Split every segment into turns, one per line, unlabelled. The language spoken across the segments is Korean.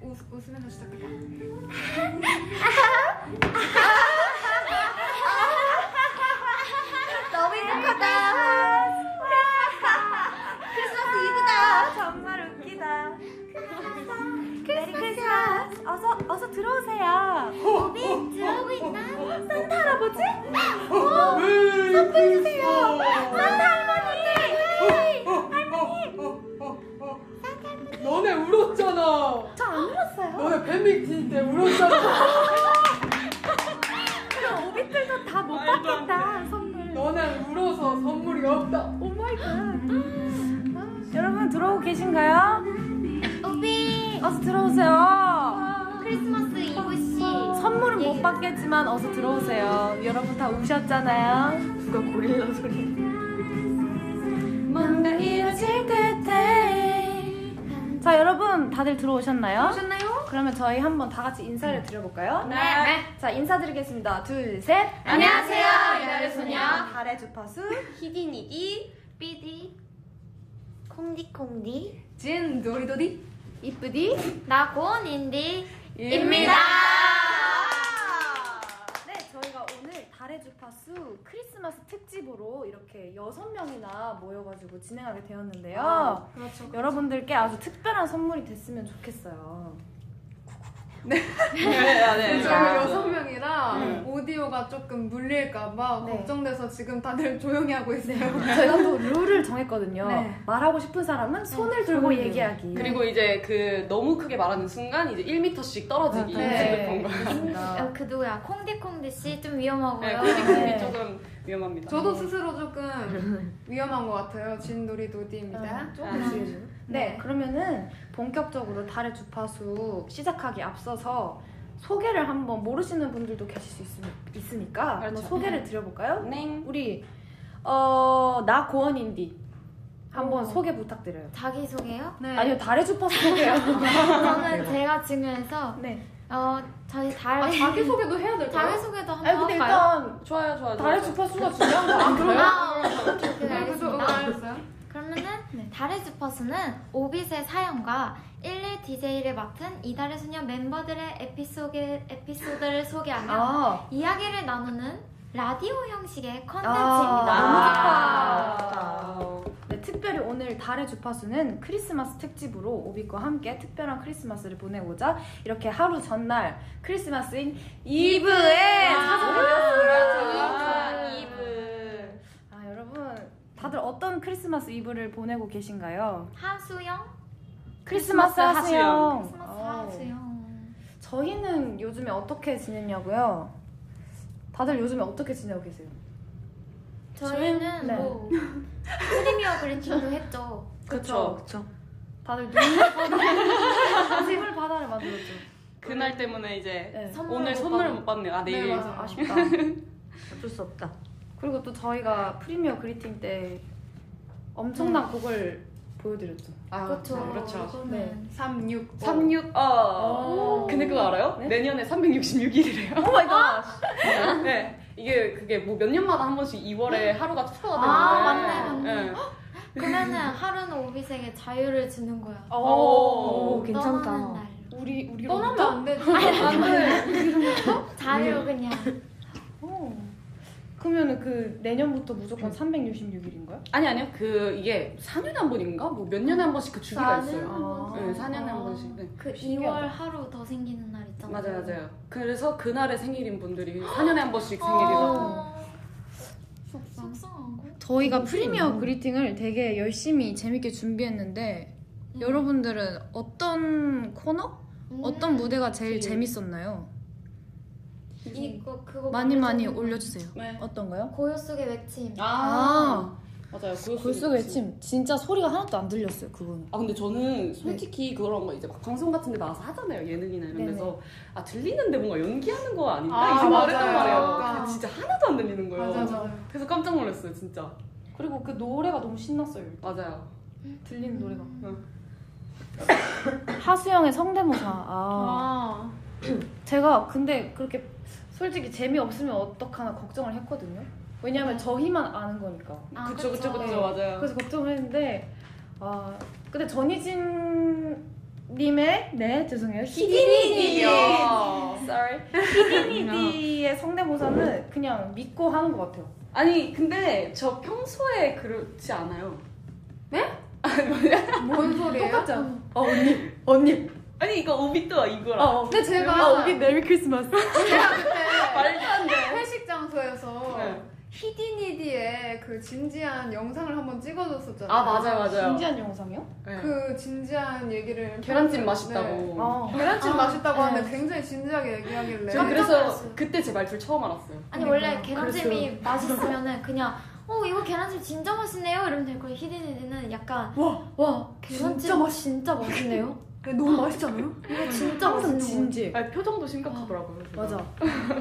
웃, 웃으면서 시작할까?
너무 행복하다. 크리스마스 이브다. 정말 웃기다. 메리 크리스마스. 어서 어서 들어오세요.
우리 들어오고 있나?
산타 할아버지?
선물 주세요. 네,
산타 할머니.
너네 울었잖아.
저 안 울었어요.
너네 팬미팅 때 울었잖아.
그럼 오비들도 아, 다 못
말도 안
받겠다 선물.
너네 울어서 선물이 없다.
오 마이 갓. 아, 여러분 들어오고 계신가요?
우리
어서 들어오세요.
크리스마스 이브 씨.
어, 선물은 뭐 못 받겠지만 어서 들어오세요. 여러분 다 우셨잖아요. 누가 고릴라 소리. 뭔가 이루어질 듯해. 자 여러분 다들 들어오셨나요?
오셨나요?
그러면 저희 한번 다 같이 인사를 드려볼까요?
네.
자 인사드리겠습니다. 둘 셋.
안녕하세요, 이달의 소녀.
달의 주파수
히디니디 삐디 콩디콩디
진 도리도리
이쁘디.
나 고은인디
입니다.
네, 저희가 오늘 달의 주파수 크리스마스 특집으로 이렇게 여섯 명이나 모여가지고 진행하게 되었는데요.
그렇죠.
여러분들께 아주 특별한 선물이 됐으면 좋겠어요.
저희
아,
네.
여섯 명이라
네.
오디오가 조금 물릴까봐
네.
걱정돼서 지금 다들 조용히 하고
네.
있어요.
저희가 또 룰을 정했거든요.
네.
말하고 싶은 사람은 손을 들고
손을
얘기하기.
그리고 이제 그 너무 크게 말하는 순간 이제 1m씩 떨어지기
네.
네. 그런 거예요.
맞습니다.
어, 그 누구야 콩디콩디 씨 좀 위험하고요
네, 그게
네.
조금 위험합니다.
저도 스스로 조금 위험한 것 같아요. 진 도리도리입니다.
조금씩. 네,
아, 네.
그러면은 본격적으로 달의 주파수 시작하기 앞서서 소개를 한번 모르시는 분들도 계실 수 있으, 니까 한번
그렇죠.
소개를 드려볼까요?
네.
우리 어나 고원인디 한번
어.
소개 부탁드려요.
자기소개요?
네.
아니요 달의 주파수 소개요.
저는 제가 증여해서
네.
어 저희 달
아, 자기소개도 해야 될까요?
자기소개도 한번
아니 근데
할까요?
일단
좋아요, 좋아요.
달의
좋아요.
주파수가 중요한 거 안 그래요?
아, 오케이, 오케이, 오케이,
네, 그죠? 어,
알겠습니다.
알았어요.
그러면은
네.
달의 주파수는 오빛의 사연과 11 DJ를 맡은 이달의 소녀 멤버들의 에피소드, 에피소드를 소개하며
아,
이야기를 나누는 라디오 형식의
아,
컨텐츠입니다.
아,
너무 네, 특별히 오늘 달의 주파수는 크리스마스 특집으로 오빛과 함께 특별한 크리스마스를 보내고자 이렇게 하루 전날 크리스마스인 이브에
와.
찾아왔습니다.
아, 이브.
아 여러분 다들 어떤 크리스마스 이브를 보내고 계신가요?
하수영?
크리스마스
하수영.
하수영.
크리스마스
어.
하수영.
저희는 요즘에 어떻게 지냈냐고요? 다들 요즘에 어떻게 지내고 계세요?
저희는
네.
뭐 프리미어 그린팅도 했죠.
그쵸.
그쵸. 다들 눈물 바다, 눈물 바다를 만들었죠.
그날 때문에 이제
네.
선물 뭐.
오늘 선물을 못 받네요. 아,
네,
내일.
맞아요.
아, 아쉽다. 어쩔 수 없다. 그리고 또 저희가 프리미어 그리팅 때 엄청난 곡을 보여드렸죠.
아,
그렇죠.
그렇죠.
이거는
네.
36.
36, 어.
오.
근데 그거 알아요?
네?
내년에 366일이래요.
오 마이 갓.
네. 이게 그게 뭐 몇 년마다 한 번씩 2월에 하루가 투표가 되는데.
아, 맞네, 맞네.
네.
그러면은 하루는 오빛에게 자유를 주는 거야.
오, 어,
오,
떠나는 날로.
우리 우리
떠나면 안 되죠.
아,
안 돼.
네.
자유 그냥.
오. 어. 그러면은 그 내년부터 무조건 366일인가요?
아니 아니요 그 이게 4년에 한 번인가 뭐 몇 년에 한 번씩 그 주기가 있어요.
아,
네, 4년에
아.
한 번씩. 네.
그
신기하다.
2월 하루 더 생기는 날 있잖아.
맞아요 맞아요. 그래서 그날의 생일인 분들이 4년에 한
아.
번씩 생일이라고.
어. 속상한 거?
저희가 프리미어 그리팅을 되게 열심히 재밌게 준비했는데 여러분들은 어떤 코너?
음.
어떤 무대가 제일 재밌었나요?
이거 그거
많이 많이
보면서
올려주세요.
네.
어떤가요?
고요 속의 외침.
아.
맞아요.
골수 외침 진짜 소리가 하나도 안 들렸어요 그거는.
아 근데 저는 솔직히 그런 거 이제 막 방송 같은 데 나와서 하잖아요 예능이나 이런
네네.
데서 아 들리는데 뭔가 연기하는 거 아닌가
아,
이 생각을 했단
맞아요.
말이에요
맞아요.
근데 진짜 하나도 안 들리는 거예요
맞아, 맞아.
그래서 깜짝 놀랐어요 진짜
그리고 그 노래가 너무 신났어요.
맞아요
들리는 노래가.
응.
하수영의 성대모사. 아.
아.
제가 근데 그렇게 솔직히 재미없으면 어떡하나 걱정을 했거든요. 왜냐면 저희만 아는 거니까.
아,
그쵸 그쵸
그쵸.
그쵸 맞아요
어, 그래서 걱정을 했는데, 아, 근데 전희진 님의 네 죄송해요 히디니디의
이야. Sorry.
히디니디의 성대모사는 그냥 믿고 하는 것 같아요.
아니 근데 저 평소에 그렇지 않아요.
뭔 소리예요?
똑같죠?
어 언니 언니. 아니 이거 오비또
어,
이거랑.
어.
근데 제가
아, 우리 메리 크리스마스.
제가 그때
말도 안 돼.
회식 장소에서
네.
히디니디의 그 진지한 영상을 한번 찍어줬었잖아요.
아 맞아요 맞아요.
진지한 영상이요?
네. 그
그 진지한 얘기를
계란찜
네.
맛있다고.
어.
계란찜
아,
맛있다고
네.
하는데 굉장히 진지하게 얘기하길래
저
깜짝
그래서
놀랐어요.
그때 제 말투를 처음 알았어요.
아니 원래 계란찜이 맛있으면은 그냥 어 이거 계란찜 진짜 맛있네요 이러면 될걸 히디니디는 약간
와,
와 계란찜 진짜, 맛... 진짜 맛있네요
너무 맛있잖아요.
이거 진짜
항상
맛있는 거
진지.
아니, 표정도 심각하더라고요. 그래서.
맞아.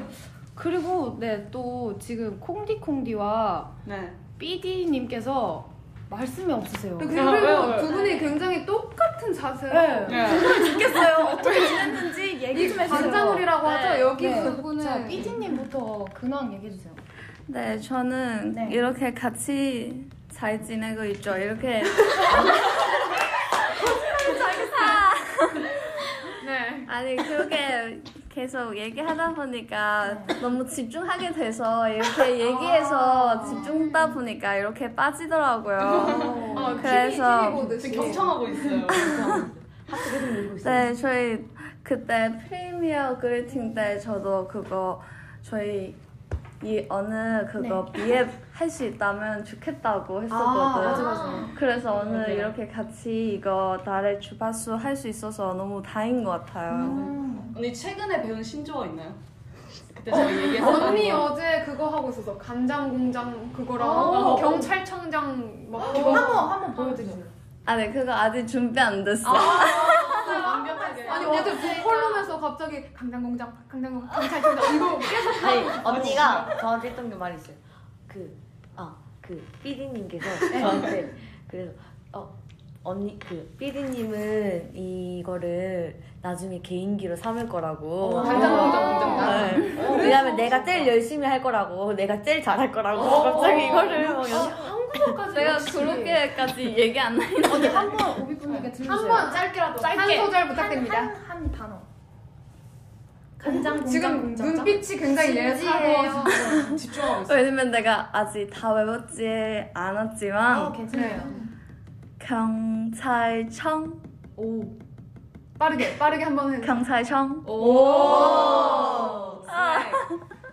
그리고 네 또 지금 콩디콩디와
네.
삐디님께서 말씀이 없으세요.
근데
아, 왜요,
그리고
왜요?
두 분이 굉장히 똑같은 자세로
네.
네.
죽겠어요. 어떻게 지냈는지 얘기 좀 해주세요.
반장놀이라고
네.
하죠? 여기
네.
두 분은
자 삐디님부터 근황 얘기해 주세요.
네, 저는
네.
이렇게 같이 잘 지내고 있죠. 이렇게
네.
아니 그렇게 계속 얘기하다 보니까
네.
너무 집중하게 돼서
아.
이렇게 얘기해서 집중다 보니까 이렇게 빠지더라고요.
아,
어,
그래서
TV 보듯이.
네. 지금 경청하고 있어요. 하트를 누르고 있어요.
네, 저희 그때 프리미어 그리팅 때 저도 그거 저희 이 어느 그거 비앱 할 수 있다면 좋겠다고 했었거든. 요
네. 맞아, 맞아.
그래서 오늘
맞아요.
이렇게 같이 이거 달의 주파수 할 수 있어서 너무 다행인 것 같아요.
음.
언니 최근에 배운 신조어 있나요? 그때 제가 얘기했던
언니
거.
어제 그거 하고 있어서 간장 공장 그거랑
어.
경찰청장 막 그거
한번 한번 보여드리세요.
아, 네, 그거 아직 준비 안 됐어.
완벽하게.
아니 어제 보컬룸에서 갑자기 간장 공장 간장 공장 경찰청장 이거
아니 언니가 저한테 했던 게 말 있어요. 그, 그아그 삐디님께서
네.
저한테 그래서 어 언니 그 삐디님은 이거를 나중에 개인기로 삼을
어,
거라고. 어,
당장 당장 당장 나.
네. 왜냐면 내가 제일 열심히 할 거라고, 내가 제일 잘할 거라고
어,
갑자기 이거를 막
어,
연-
내가 그렇게까지 얘기 안 해.
언니 네. 한번 오비 분에게 들려주세요.
한번 짧게라도 한 소절 부탁드립니다.
한, 한, 한 단어. 간장 공장
지금
공장.
눈빛이 굉장히 네. 예사고
집중하고 있어요.
왜냐면 내가 아직 다 외웠지 않았지만
어, 괜찮아요.
경찰청,
오.
빠르게 빠르게 한번
네.
해.
경찰청.
오.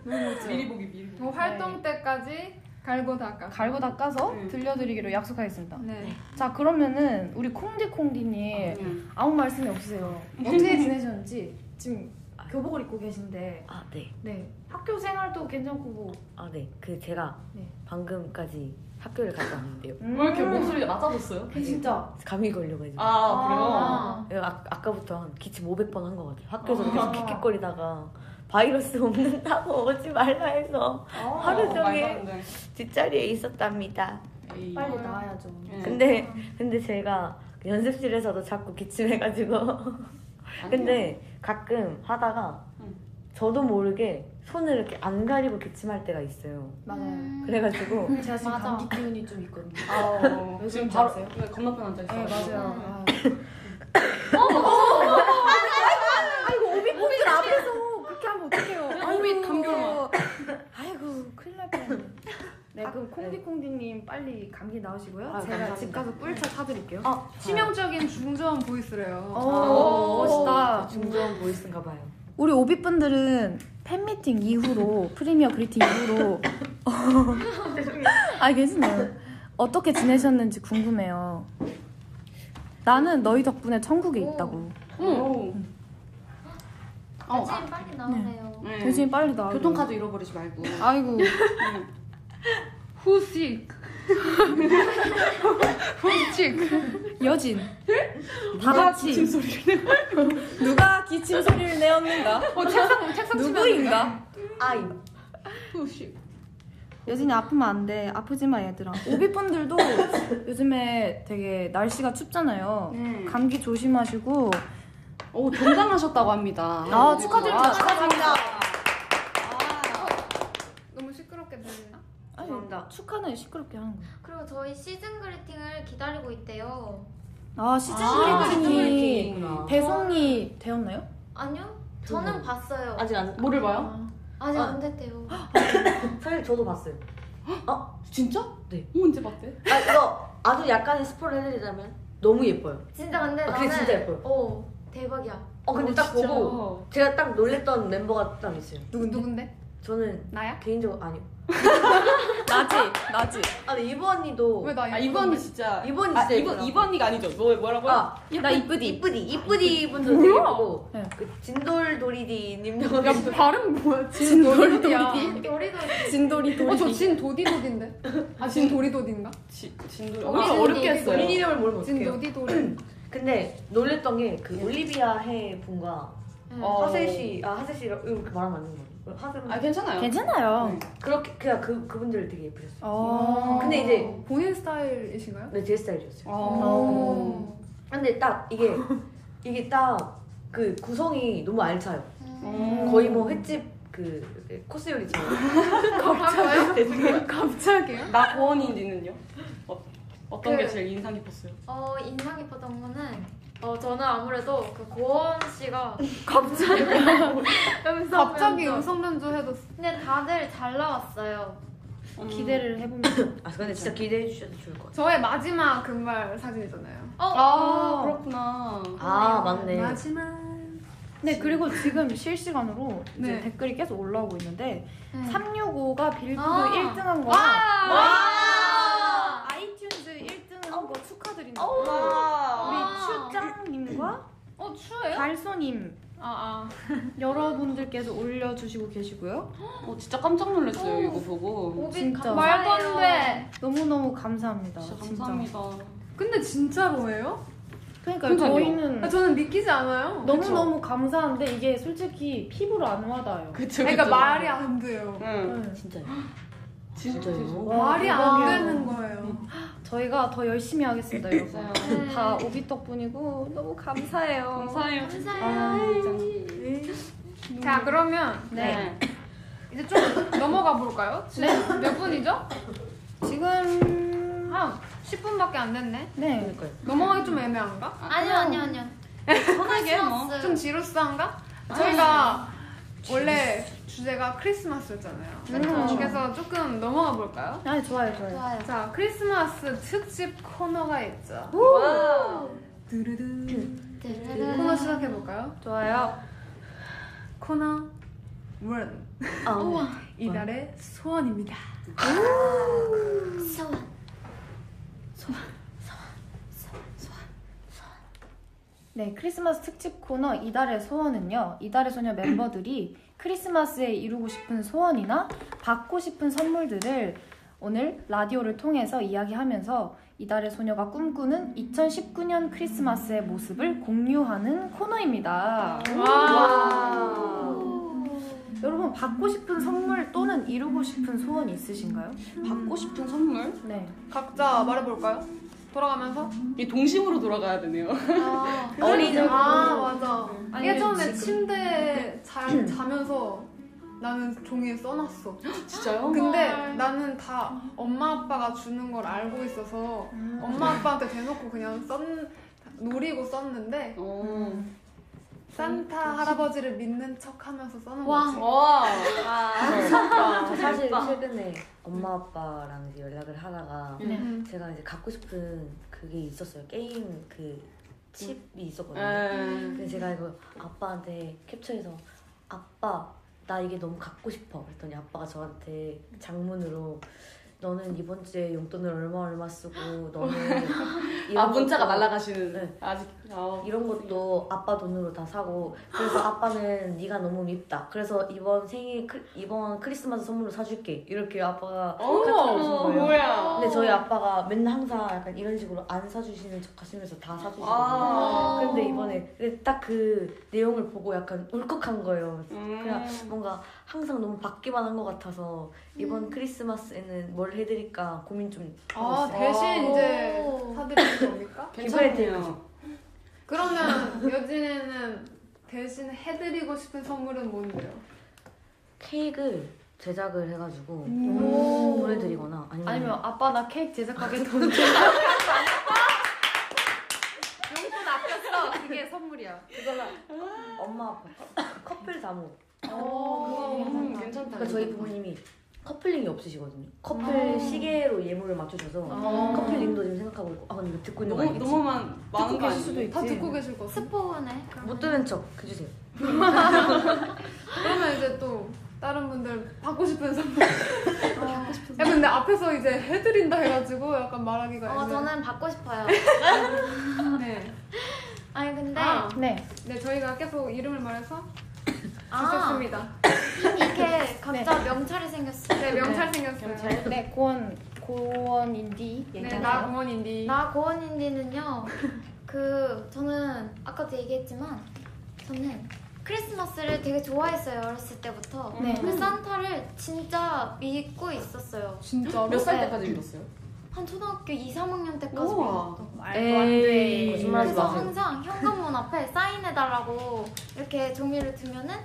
네. 미리 보기 미리 보기.
뭐 활동 때까지 갈고 닦아.
갈고 닦아서
네.
들려드리기로 약속하겠습니다.
네.
자 그러면은 우리 콩디콩디님
음.
아무 말씀이 없으세요. 어떻게 지내셨는지 지금 교복을 입고 계신데
아 네.
네 학교 생활도 괜찮고 뭐.
아 네. 그 제가
네.
방금까지 학교를 갔다 왔는데요.
음.
왜 이렇게 뭐. 목소리가 낮아졌어요?
진짜
감이 걸려가지고.
아
예, 아, 아까부터 한 기침 500번 한 것 같아요. 학교에서
아.
계속 킥킥거리다가 바이러스 없는다고 오지 말라 해서
아,
하루
그래요? 말도
종일
안 돼.
뒷자리에 있었답니다.
네. 에이.
빨리 나와야죠.
네.
예.
근데 근데 제가 연습실에서도 자꾸 기침해가지고 근데 가끔 하다가
응.
저도 모르게 손을 이렇게 안 가리고 기침할 때가 있어요.
맞아요.
그래가지고
제가 지금
음. 맞아.
감기 기운이 좀 있거든요.
아우,
요즘
지금
뭔지
바로
아세요?
네, 건너편 앉아 있어요.
네 맞아요. 아.
어,
아,
오비들 네, 앞에
그래서 그렇게 하면 어떡해요.
오빛 감귤만.
아이고 큰일 날 뻔했네. 네 그럼 콩디콩디님 빨리 감기 나으시고요. 제가
아, 감사합니다. 아,
집 가서 꿀차 사드릴게요.
치명적인 중저음 보이스래요.
어. 오, 멋있다.
중저음 보이스인가 봐요.
우리 오비분들은 팬미팅 이후로 프리미어 그리팅 이후로 아 괜찮아요 어떻게 지내셨는지 궁금해요 나는 너희 덕분에 천국에
오.
있다고
응. 음. 어,
요즘 빨리 나오네요
네.
대신 빨리 나와
교통카드 잃어버리지 말고.
아이고
후식. 후식.
여진 다 같이 누가 기침 소리를 내었는가
어, 책상 책상 치면
누구인가
아이
후식.
여진이 아프면 안 돼 아프지 마 얘들아 오비분들도 요즘에 되게 날씨가 춥잖아요
네.
감기 조심하시고
오, 정당하셨다고 합니다.
아 축하드립니다.
너무 시끄럽게 들리나?
아니, 축하는 시끄럽게 하는 거야.
그리고 저희 시즌 그리팅을 기다리고 있대요
아 시즌 브리핑이
아,
배송이 되었나요?
아니요? 저는 봤어요.
아직 안
뭐를 봐요?
아직
아.
안 됐대요.
그 사실 저도 봤어요.
진짜? 어,
네.
언제 봤대?
아 이거 아주 약간의 스포를 해드리자면 너무 예뻐요.
진짜 근데
아,
나는
그게 진짜 예뻐요.
어 대박이야.
어 근데 딱 보고 제가 딱 놀랬던 멤버가 딱 있어요.
누군데? 누군데?
저는
나야?
개인적으로 아니요.
나지 나지
아 근데 이브 언니도
왜 나야?
아 이브 언니 진짜
이브 언니
아
진짜
이브
예쁘더라고요.
이브 언니가 아니죠? 뭐 뭐라고요?
아,
나 이쁘디
이쁘디 아, 이쁘디 분들 되게 보고
네.
그 진돌도리디님도
야 발음 뭐야?
진돌이야.
도리도
진돌이 돌이
어저진 도디도디인데. 아진 도리도디인가?
지, 진도
어,
어렵게
진도
어렵게
이름이
했어요.
본인 이름을 모르면
진
어떡해요.
도디도디.
근데 놀랬던 게 그 올리비아 해 분과
어.
하세 씨아 하세 씨라고 이렇게 말하면 안 되는 거예요. 하세 분
아 괜찮아요. 네.
괜찮아요
그렇게 그냥 그 그분들 되게 예쁘셨어요.
아.
어
근데 이제-
본인 스타일이신가요?
네, 제
아.
스타일이었어요.
어.
근데 딱 이게 이게 딱 그 구성이 너무 알차요.
음.
거의 뭐 횟집 그 코스 요리처럼.
갑자기요? 갑자기요?
나 고원이니는요? 어, 어떤
그-
게 제일 인상 깊었어요?
어 인상 깊었던 거는 어 저는 아무래도 그 고원 씨가 갑자기
갑자기 음성 변조 해도
근데 다들 잘 나왔어요.
음.
기대를 해보면
아 근데 진짜 기대해 주셔도 좋을 것 같아요.
저의 마지막 금발 사진이잖아요.
어,
아 그렇구나.
아 맞네.
마지막.
네 그리고 지금 실시간으로 이제
네.
댓글이 계속 올라오고 있는데
네.
365가 빌보드
아.
1등한
와!
거랑
와!
아이튠즈 1등한 거 축하드립니다
어. 와.
우리 추짱님과
어 추해요?
달소님
아 아.
여러분들께서 올려주시고 계시고요
어, 진짜 깜짝 놀랐어요 이거 보고.
오빈
진짜.
감사해요.
말도 안 돼.
너무너무 감사합니다
진짜
진짜.
감사합니다.
아, 근데 진짜로예요?
그러니까
그러니까요.
저희는
아, 저는 믿기지 않아요.
너무너무 감사한데 이게 솔직히 피부로 안 와닿아요
그쵸.
그러니까
그쵸.
말이 안 돼요.
응.
네.
진짜.
진짜요?
와,
말이 안
대박이야.
되는 거예요.
저희가 더 열심히 하겠습니다 여러분
맞아요.
네.
다 오비 덕분이고 너무 감사해요
감사해요.
네. 감사해요.
음.
자 그러면
네.
이제 좀 넘어가 볼까요? 지금 몇 분이죠?
지금
한 10분밖에 안 됐네.
네
넘어가기 좀 애매한가?
아니요, 아니요, 아니요.
편하게 뭐.
네.
크리스마스.
좀 지루스한가?
아,
저희가 원래 주제가 크리스마스였잖아요.
음.
그래서 조금 넘어가 볼까요?
아 좋아요 좋아요
좋아요.
자 크리스마스 특집 코너가 있죠. 두루두.
네.
르르르.
코너 시작해 볼까요?
좋아요
코너 문
아, 네.
이달의 소원입니다.
소원.
네 크리스마스 특집 코너 이달의 소원은요 이달의 소녀 멤버들이 크리스마스에 이루고 싶은 소원이나 받고 싶은 선물들을 오늘 라디오를 통해서 이야기하면서 이달의 소녀가 꿈꾸는 2019년 크리스마스의 모습을 공유하는 코너입니다.
와.
여러분 받고 싶은 선물 또는 이루고 싶은 소원 있으신가요?
받고 싶은 선물?
네.
각자 말해볼까요? 돌아가면서?
이 동심으로 돌아가야 되네요.
아,
어린이 아 맞아
아니,
예전에
지금.
침대에 잘 자면서 나는 종이에 써놨어
진짜요?
근데 나는 다 엄마 아빠가 주는 걸 알고 있어서 엄마 아빠한테 대놓고 그냥 썼 노리고 썼는데
어.
음. 산타 할아버지를 믿는 척하면서 써놓은
와.
거지
와. 어.
저 아, 사실 최근에 엄마 아빠랑 이제 연락을 하다가
음.
제가 이제 갖고 싶은 그게 있었어요. 게임 그 칩이
음.
있었거든요.
에.
근데 제가 이거 아빠한테 캡처해서 아빠 나 이게 너무 갖고 싶어. 그랬더니 아빠가 저한테 장문으로 너는 이번 주에 용돈을 얼마 얼마 쓰고 너는 이런
아 문자가
것도-
날아가시는.
네.
아직. 아,
이런 것도 아빠 돈으로 다 사고 그래서 아빠는 네가 너무 밉다 그래서 이번 생일 크- 이번 크리스마스 선물로 사줄게 이렇게 아빠가
어,
거예요.
뭐야.
근데 저희 아빠가 맨날 항상 약간 이런 식으로 안 사주시는 척 하시면서 다 사주시거든요
어.
아.
근데 이번에 딱 그 내용을 보고 약간 울컥한 거예요
음.
그냥 뭔가 항상 너무 받기만 한 것 같아서 이번
음.
크리스마스에는 뭘 해드릴까 고민 좀
아
하고 있어요
대신
오.
이제 사드리는 겁니까?
괜찮네요.
그러면 여진이는 대신 해드리고 싶은 선물은 뭔데요?
케이크 제작을 해가지고
음.
오.
보내드리거나 아니면,
아니면 아빠 나 케이크 제작하게 돈 줘.
선물이야.
엄마 아빠 커플 다모.
어, 오,
음, 괜찮다.
그러니까 저희 부모님이 커플링이 없으시거든요. 커플 시계로 예물을 맞춰줘서 커플링도 지금 생각하고 있고. 아 근데 이거 듣고 있는 거
너무
아니겠지?
너무만 많은 게
계실
아니고.
수도 있지.
다 듣고 계실 것 같아.
스포네.
못 들은 척 해주세요.
그러면 이제 또 다른 분들 받고 싶은 선물. 아, 받고 싶은. 야 근데 앞에서 이제 해드린다 해가지고 약간 말하기가.
어,
애매해.
저는 받고 싶어요.
네.
아니, 근데.
아,
네.
네 저희가 계속 이름을 말해서
아,
주셨습니다.
이렇게 각자 명찰이 생겼어요.
네 명찰 생겼어요.
네, 고원 고원인디
네,
얘기하세요.
나 공원인디.
나 고원인디는요. 그 저는 아까도 얘기했지만 저는 크리스마스를 되게 좋아했어요 어렸을 때부터.
네.
그 산타를 진짜 믿고 있었어요.
진짜로?
몇 살
네.
때까지 읽었어요?
한 초등학교 2, 3학년 때까지
우와.
믿었던.
말도 안 돼.
거짓말하지
그래서
마세요.
항상 현관문 앞에 사인해달라고 이렇게 종이를 두면은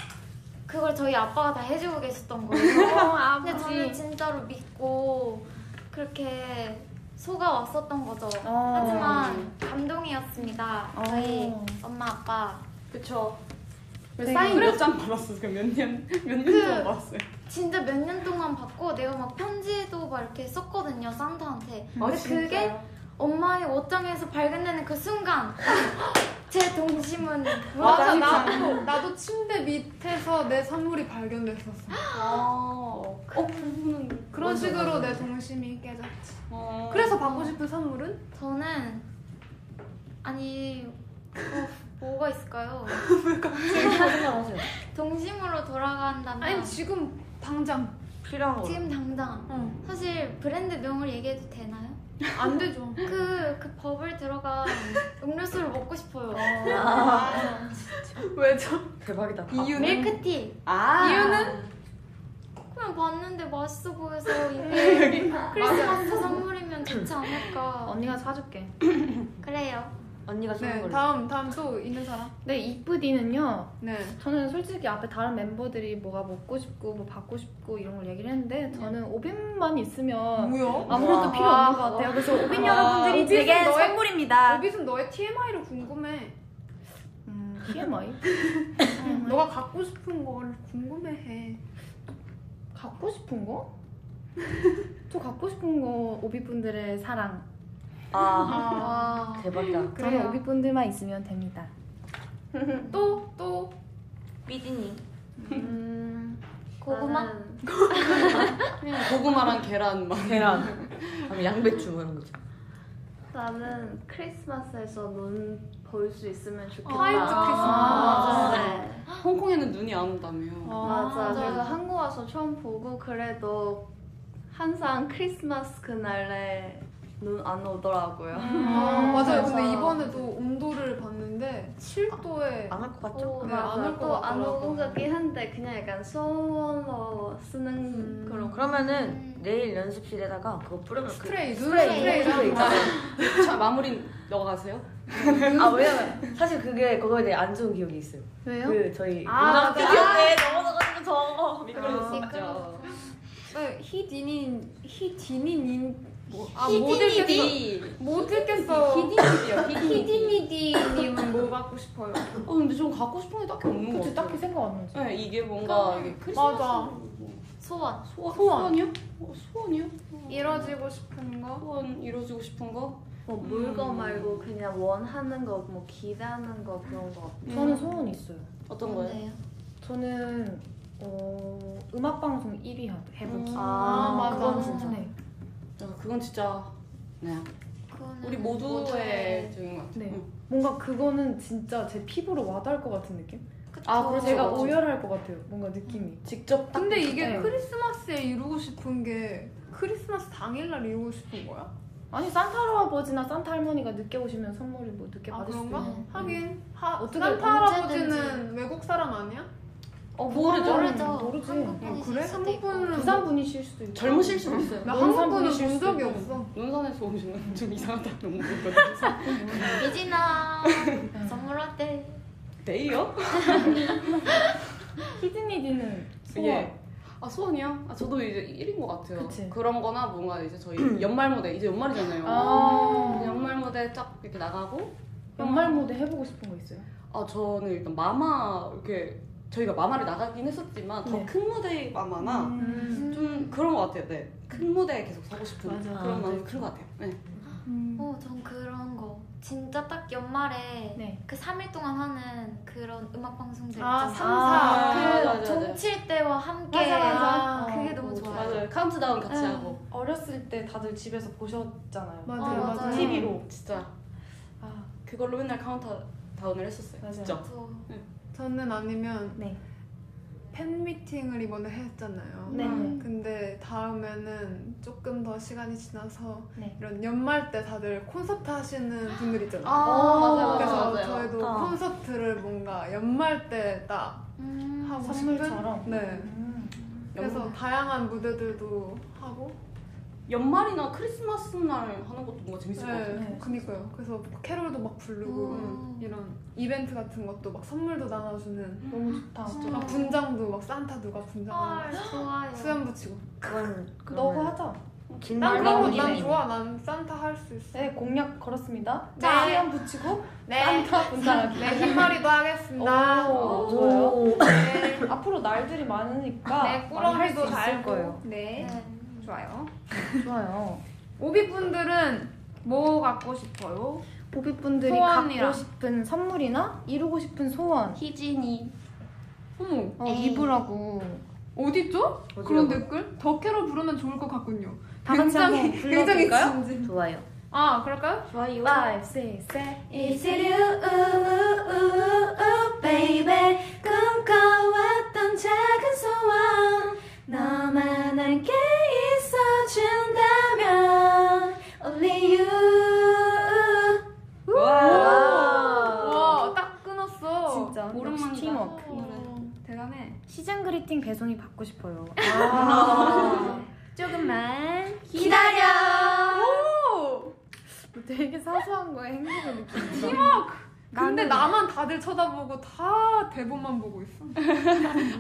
그걸 저희 아빠가 다 해주고 계셨던
어,
거예요.
어,
근데 저는 진짜로 믿고 그렇게 속아 왔었던 거죠.
어.
하지만 감동이었습니다.
어.
저희 엄마 아빠
그쵸.
네,
사인
그래-
몇장 받았어요? 몇년몇년
그-
동안 받았어요?
진짜 몇 년 동안 받고 내가 막 편지도 막 이렇게 썼거든요 산타한테. 근데 그게 엄마의 옷장에서 발견되는 그 순간 제 동심은
맞아
무너졌죠.
뭐, 나도 나도 침대 밑에서 내 선물이 발견됐었어.
어, 그거는
그런 식으로 내 동심이 깨졌지.
어.
그래서 받고 싶은 선물은?
저는 아니 어, 뭐가 있을까요?
생각하세요.
동심으로 돌아간다면
아니 지금 당장
필요한 거.
지금 당장
어.
사실 브랜드 명을 얘기해도 되나요?
안 되죠.
그그 버블 들어간 음료수를 먹고 싶어요.
왜죠?
대박이다.
이유는
아, 네.
밀크티
아.
이유는? 그냥 봤는데 맛있어 보여서 이게 크리스마스 선물이면 좋지 않을까
언니가 사줄게.
그래요
언니가 좋은
네
걸로.
다음 다음 또 있는 사람.
네, 이쁘디는요.
네.
저는 솔직히 앞에 다른 멤버들이 뭐가 먹고 싶고 뭐 받고 싶고 이런 걸 얘기를
네.
했는데 저는 오빈만 있으면
뭐야?
아무것도 필요 없는 것 같아요. 그래서 오빈
아,
여러분들이 제게
너의-
선물입니다.
오빗은 너의 TMI를 궁금해.
음, TMI?
너가 갖고 싶은 거를 궁금해해.
갖고 싶은 거? 저 갖고 싶은 거 오비분들의 사랑.
아
와
대박이다.
저는
그래요.
오비분들만 있으면 됩니다.
또 또.
삐디님.
음,
고구마
나는
아. 고구마랑 계란만.
계란. 그럼 양배추 뭐 이런 거죠.
나는 크리스마스에서 눈 볼 수 있으면 좋겠다.
화이트
아,
크리스마스.
네.
홍콩에는 눈이 안 온다며.
맞아.
맞아.
그래서 한국 와서 처음 보고 그래도 항상 크리스마스 그날에 눈 안 오더라고요.
아, 맞아요. 근데
맞아.
이번에도 온도를 봤는데 7도에
어, 안 할 것
어.
같죠?
오,
네, 안올것
또안
같더라고.
오고 가긴 한데 그냥 약간 소원으로 쓰는
음.
그런
그러면은
음.
내일 연습실에다가 그거 뿌려놓을
스프레이 눈
스프레이,
스프레이랑
스프레이.
자, 마무리 너가 가세요.
아 왜냐면 사실 그게 그거에 대해 안 좋은 기억이 있어요.
왜요?
그 저희
아,
문학 기억에 넘어져가지고 저거 미끄러졌었죠.
미끄러워.
네, 히디닌 히디닌 뭐아
히디니디.
못 듣겠어.
히디니디요. 히디니디.
히디미디님은 뭐 갖고 싶어요?
어 근데 전 갖고 싶은 게 딱히 없는 거
그치,
같아요.
딱히 생각 안 나지.
네, 이게 뭔가 이게 크리스마스
맞아.
소원
소원 소원이요? 어, 소원이요?
이뤄지고 싶은 거?
소원 이루어지고 싶은 거? 음.
뭐 물건 말고 그냥 원하는 거, 뭐 기대하는 거 그런 거.
음.
저는 소원이 있어요.
음. 어떤 거예요?
네,
저는 어, 음악방송 1위 하고 해보기.
아, 맞아.
그건 진짜.
네.
야, 그건 진짜 네.
그거는
우리 모두의 적인 것 같아요.
네.
응.
뭔가 그거는 진짜 제 피부로 와닿을 것 같은 느낌?
아, 그래서
제가
맞아.
오열할 것 같아요. 음. 뭔가 느낌이.
직접 딱
근데 이게
네.
크리스마스에 이루고 싶은 게 크리스마스 당일날 이루고 싶은 거야?
아니 산타 할아버지나 산타 할머니가 늦게 오시면 선물을 뭐 늦게
아
받을 수
그런가?
있는.
하긴 하,
어떻게
산타
언제든지.
할아버지는 외국 사람 아니야?
어,
모르죠. 아,
모르죠.
모르죠 한국 분이실
어, 그래?
수도
한국
있고.
분은
뭐?
부산 분이실 수도 있고.
젊으실 수도 있어요.
나
논산
한국 분은
분이실
본
수도
적이
있고.
없어.
논산에서 오시면 좀 이상하다는 거거든요.
뭐? 미진아
네.
선물 어때
데이요?
히든이디는 소원.
예. 아 소원이요? 아 저도 이제 1인 것 같아요.
그치.
런 거나 뭔가 이제 저희 연말 무대 이제 연말이잖아요.
아.
연말 무대 쫙 이렇게 나가고
연말 모드 해보고 싶은 거 있어요?
아 저는 일단 마마 이렇게 저희가 마마를 나가긴 했었지만 더
네.
큰 무대의 마마나
음.
음.
음.
좀 그런 것 같아요. 네. 큰 무대에 계속 서고 싶은
맞아요.
그런
아,
마음이 큰 것 같아요. 네.
어, 전 그런 거 진짜 딱 연말에
네.
그 3일 동안 하는 그런 음악 방송들 있잖아요.
아, 삼사.
아, 맞아, 맞아.
그 종칠 때와 함께
맞아, 맞아.
아, 그게 너무
맞아요.
좋아요.
맞아요. 카운트다운 같이
응.
하고.
어렸을 때 다들 집에서 보셨잖아요.
맞아요,
어,
맞아요.
맞아요.
TV로.
진짜
아,
그걸로 맨날 카운트다운을 했었어요.
맞아요.
진짜.
저-
저는 아니면
네.
팬미팅을 이번에 했잖아요.
네.
근데 다음에는 조금 더 시간이 지나서
네.
이런 연말 때 다들 콘서트 하시는 분들 있잖아요.
아, 맞아요, 맞아요.
그래서
맞아요.
저희도
아.
콘서트를 뭔가 연말 때 딱
음,
아,
하고
선물처럼.
싶은 네.
음.
그래서 다양한 무대들도 하고
연말이나 크리스마스 날 하는 것도 뭔가 재밌을 것 같아요.
네, 그니까요. 그래서 캐롤도 막 부르고
음.
이런 이벤트 같은 것도 막 선물도 나눠주는
너무 좋다.
아,
진짜.
막 음. 아, 분장도 막 산타 누가 분장
헐, 좋아요.
수염 붙이고
그건
네.
너가 하자.
난
긴말
그런 거난 좋아 난 산타 할 수 있어
음. 네, 공약 걸었습니다.
네.
자, 시험 붙이고 어.
네.
깜짝 분장하기.
네, 흰머리도 하겠습니다
어,
어,
오, 좋아요. 그
네,
앞으로 날들이 많으니까
네
아, 많이 할수
꾸러미도
있을
달고
거예요.
네
네.
좋아요
좋아요.
오비분들은 뭐 갖고 싶어요?
보기분들이
소원이랑.
갖고 싶은 선물이나 이루고 싶은 소원
희진이. 어머,
어,
에이.
입으라고
어디죠? 그런 댓글? 더 캐롤 부르면 좋을 것 같군요
다 같이 한번 불러볼까요?
진지
좋아요.
아 그럴까요?
좋아요.
5, 6, 7
It's you, baby. 꿈꿔왔던 작은 소원. 너만 함께 있어준다면. Only you.
아. 와딱 끊었어
진짜
오랜만이다.
역시 팀워크
대단해
시즌 그리팅 배송이 받고 싶어요
아.
조금만
기다려.
뭐 되게 사소한 거에 행복을 느끼는
근데
나는-
나만 다들 쳐다보고 다 대본만 보고 있어.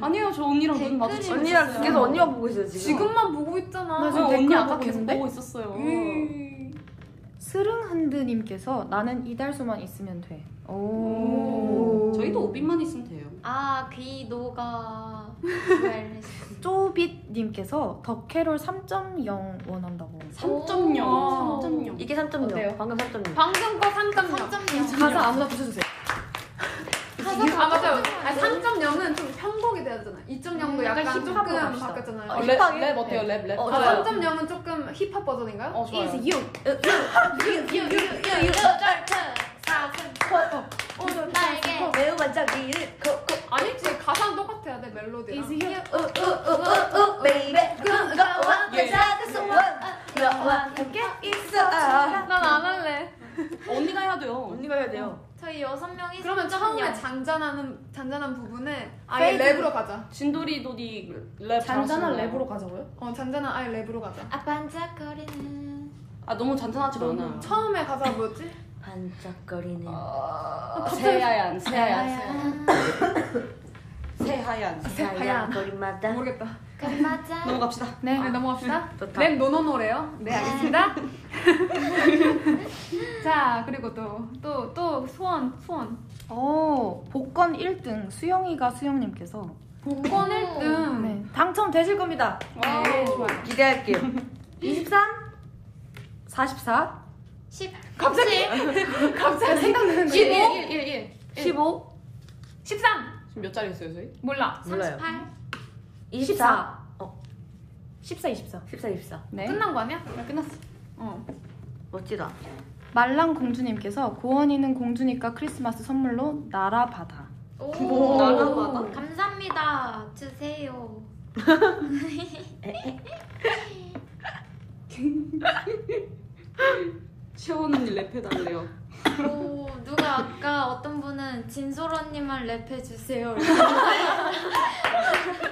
아니에요, 저 언니랑 눈 마주치고 있었어요.
계속 언니가 보고 있어요 지금.
지금만 보고 있잖아.
나
저
지금
언니
댓글
아까
보고
계속
있는데?
보고 있었어요.
스릉흔드님께서 나는 이달소만 있으면 돼 오.
저희도 오빛만 있으면 돼요.
아, 귀노가. 말
쪼빗님께서 더캐롤 3.0 원한다고
3.0.
오.
3.0.
이게 3.0 방금 3.0
방금 거 3.0.
3.0.
가사 아무나 붙여주세요
아 맞아요. 아니, 3.0은 좀 편곡이 되잖아. 2.0도
음,
약간,
약간 힙합으로
조금
갑시다.
바뀌었잖아요.
어,
아,
랩, 랩 어때요? 랩 랩.
어,
좋아요.
3.0은 조금 힙합 버전인가요?
어 좋아요.
Is you
그
날개.
어,
매우 반짝이는 코코
아니지 가사는 똑같아야 돼 멜로디랑.
Is you
우우우우 베이베 꿈꿔왔던
예.
작은 소원
어,
너와 함께 있어
난 안 할래.
언니가 해야 돼요.
언니가 해야 돼요
저희 여섯 명이
그러면
3.0.
처음에 잔잔한 잔잔한 부분에 아예 랩으로 가자.
진돌이 도디 랩
잔잔한
잘하시나요?
랩으로 가자고요?
어 잔잔한 아예 랩으로 가자.
아 반짝거리는
아 너무 잔잔하지 않아요.
처음에 가사 뭐지?
반짝거리는
아, 새하얀 새하얀
아,
새하얀.
하얀 거리마다
모르겠다.
끝나자
넘어갑시다.
네.
네 넘어갑시다.
좋다
랩 노노노래요. 네 알겠습니다. 자 그리고 또 또 또 소원 소원
어, 복권 1등 수영이가 수영님께서
복권 1등
네, 당첨되실 겁니다.
와.
음. 네 좋아요.
기대할게요
23 44
10
갑자기 갑자기 생각나는 거
11 1 1.
15
13
지금 몇 자리였어요 저희?
몰라.
몰라요
38
24
14 24.
14 24
네.
끝난 거 아니야? 끝났어. 어
멋지다
말랑 공주님께서 고원이는 공주니까 크리스마스 선물로 나라 바다.
오
나가봐라.
감사합니다 주세요
채원 언니 랩해달래요.
오 누가 아까 어떤 분은 진솔 언니만 랩해 주세요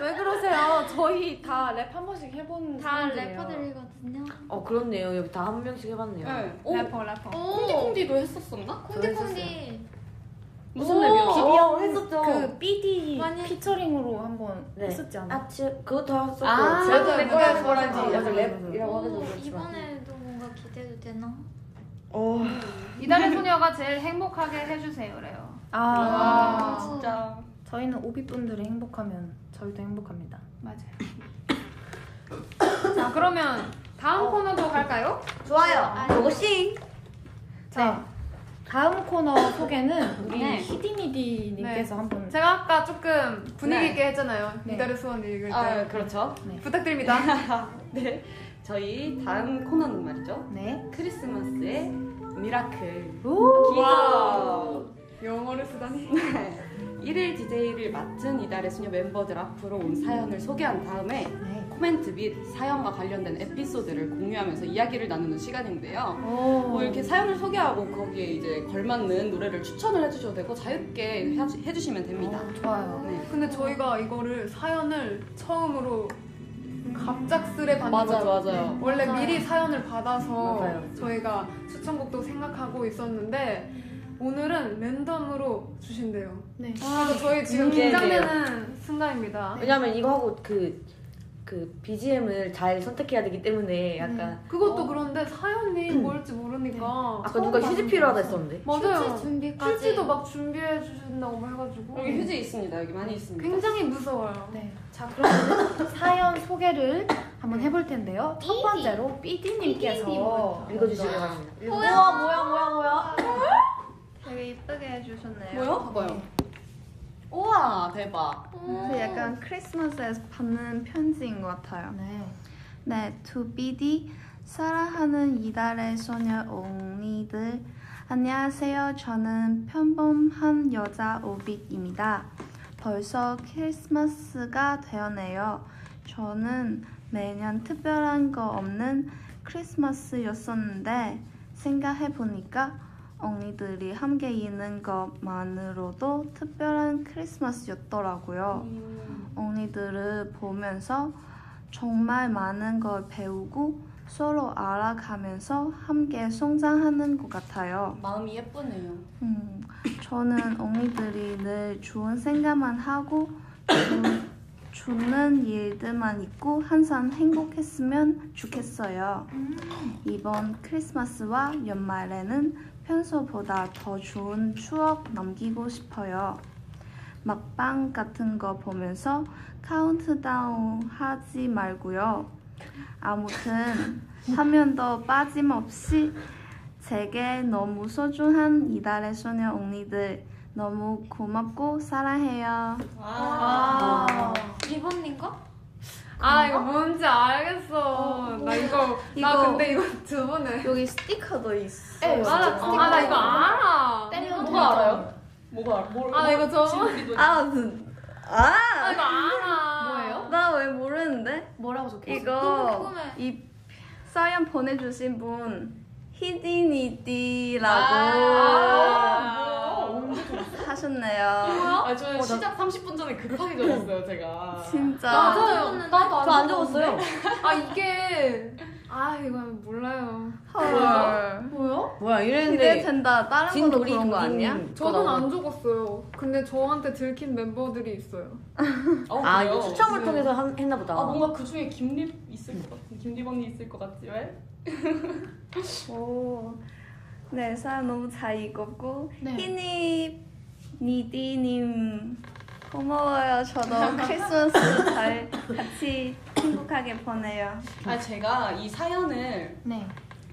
왜 그러세요? 저희 다 랩 한 번씩 해본
다
사람들이에요.
래퍼들이거든요
어 그렇네요 여기 다 한 명씩 해봤네요
네. 오
래퍼 래퍼.
오
콩디콩디도 했었었나?
콩디콩디
무슨 랩이었어?
어, 했었죠
그 BD
많이-
피처링으로 한번
네.
했었지 않아?
아침 그것도 했었고
아,
제가
맞아요.
랩 거라서
맞아요.
그런지 약간 랩이라고 하기도
오
그렇지만
이번에도 뭔가 기대도 되나?
아.
이달의 소녀가 제일 행복하게 해주세요래요.
아,
진짜.
저희는 오비분들이 행복하면 저희도 행복합니다.
맞아요. 자, 그러면 다음 코너도 갈까요?
좋아요. 고고싱.
자, 다음 코너 소개는 우리
네.
히디미디님께서 한번
제가 아까 조금 분위기
네.
있게 했잖아요.
네.
이달의 소원 읽을 때.
아 그렇죠.
부탁드립니다.
네. 저희 다음 코너는 말이죠.
네.
크리스마스의 미라클
오!
기적.
영어를 쓰다니.
네. 1일 DJ를 맡은 이달의 소녀 멤버들 앞으로 온 사연을 소개한 다음에
네.
코멘트 및 사연과 관련된 에피소드를 공유하면서 이야기를 나누는 시간인데요. 뭐 이렇게 사연을 소개하고 거기에 이제 걸맞는 노래를 추천을 해주셔도 되고 자유롭게 해주- 해주시면 됩니다.
오, 좋아요.
네.
근데 저희가 이거를 사연을 처음으로 갑작스레 받는
맞아요,
거죠.
맞아요.
원래 미리 사연을 받아서
맞아요.
저희가 추천곡도 생각하고 있었는데 오늘은 랜덤으로 주신대요.
네.
그래서 저희 지금
네,
긴장되는 순간입니다.
왜냐면 이거 하고 그, 그 BGM을 잘 선택해야 되기 때문에 약간
그것도 그런데 사연이 뭘지 모르니까
아까 누가 휴지 필요하다 했었는데
맞아요.
휴지 준비까지.
휴지도 막 준비해 주신다고 해가지고
여기 어, 휴지 있습니다. 여기 많이 있습니다.
굉장히 무서워요.
네. 자, 그러면 사연 소개를 한번 해볼 텐데요. 첫 번째로 삐디님께서
읽어주시기 바랍니다.
뭐야 뭐야 뭐야 뭐야
되게 이쁘게 해주셨네요.
뭐요? 봐봐요. 우와 대박.
그래서 약간 크리스마스에서 받는 편지인 것 같아요.
네.
네, to BD 사랑하는 이달의 소녀 옹이들 안녕하세요. 저는 평범한 여자 오빅입니다. 벌써 크리스마스가 되었네요. 저는 매년 특별한 거 없는 크리스마스였었는데 생각해 보니까 언니들이 함께 있는 것만으로도 특별한 크리스마스였더라고요.
음.
언니들을 보면서 정말 많은 걸 배우고 서로 알아가면서 함께 성장하는 것 같아요.
마음이 예쁘네요.
음, 저는 언니들이 늘 좋은 생각만 하고 좋- 좋는 일들만 있고 항상 행복했으면 좋겠어요. 이번 크리스마스와 연말에는 평소보다 더 좋은 추억 남기고 싶어요. 막방 같은 거 보면서 카운트다운 하지 말고요. 아무튼 화면도 빠짐없이 제게 너무 소중한 이달의 소녀 언니들 너무 고맙고 사랑해요.
아,
리본인가?
아 이거 뭔지 알겠어. 나 이거 나
이거-
근데 이거 저번에
여기 스티커도 있어.
알아. 아 나 이거 알아.
뭐가 알아요? 뭐가 알아? 뭘,
아,
뭘-
이거 저-
지금 우리도-
아, 그- 아,
나 이거 알아. 뭐예요?
나 왜 모르는데?
뭐라고 적혀
너무
이거
궁금해.
이 사연 보내주신 분
아,
히디니디라고
어,
하셨네요.
아, 저는 시작 30분 전에 급하게 적었어요, 제가.
진짜
맞아요. 나도
저안 적었어요.
아 이게 아 이거 몰라요.
헐.
뭐야 이랬는데
기대된다. 다른 것도
진돌이
그런 거 아니야?
저는 안 적었어요. 근데 저한테 들킨 멤버들이 있어요.
어,
아
그래요?
이거 추첨을
네.
통해서 한- 했나 보다.
아, 뭔가 그 중에 김립 있을 것 같은, 김립 언니 있을 것 같지, 왜?
오, 네 사연 너무 잘 읽었고
네.
희니 니디님 고마워요. 저도 크리스마스 잘 같이 행복하게 보내요.
아, 제가 이 사연을
네.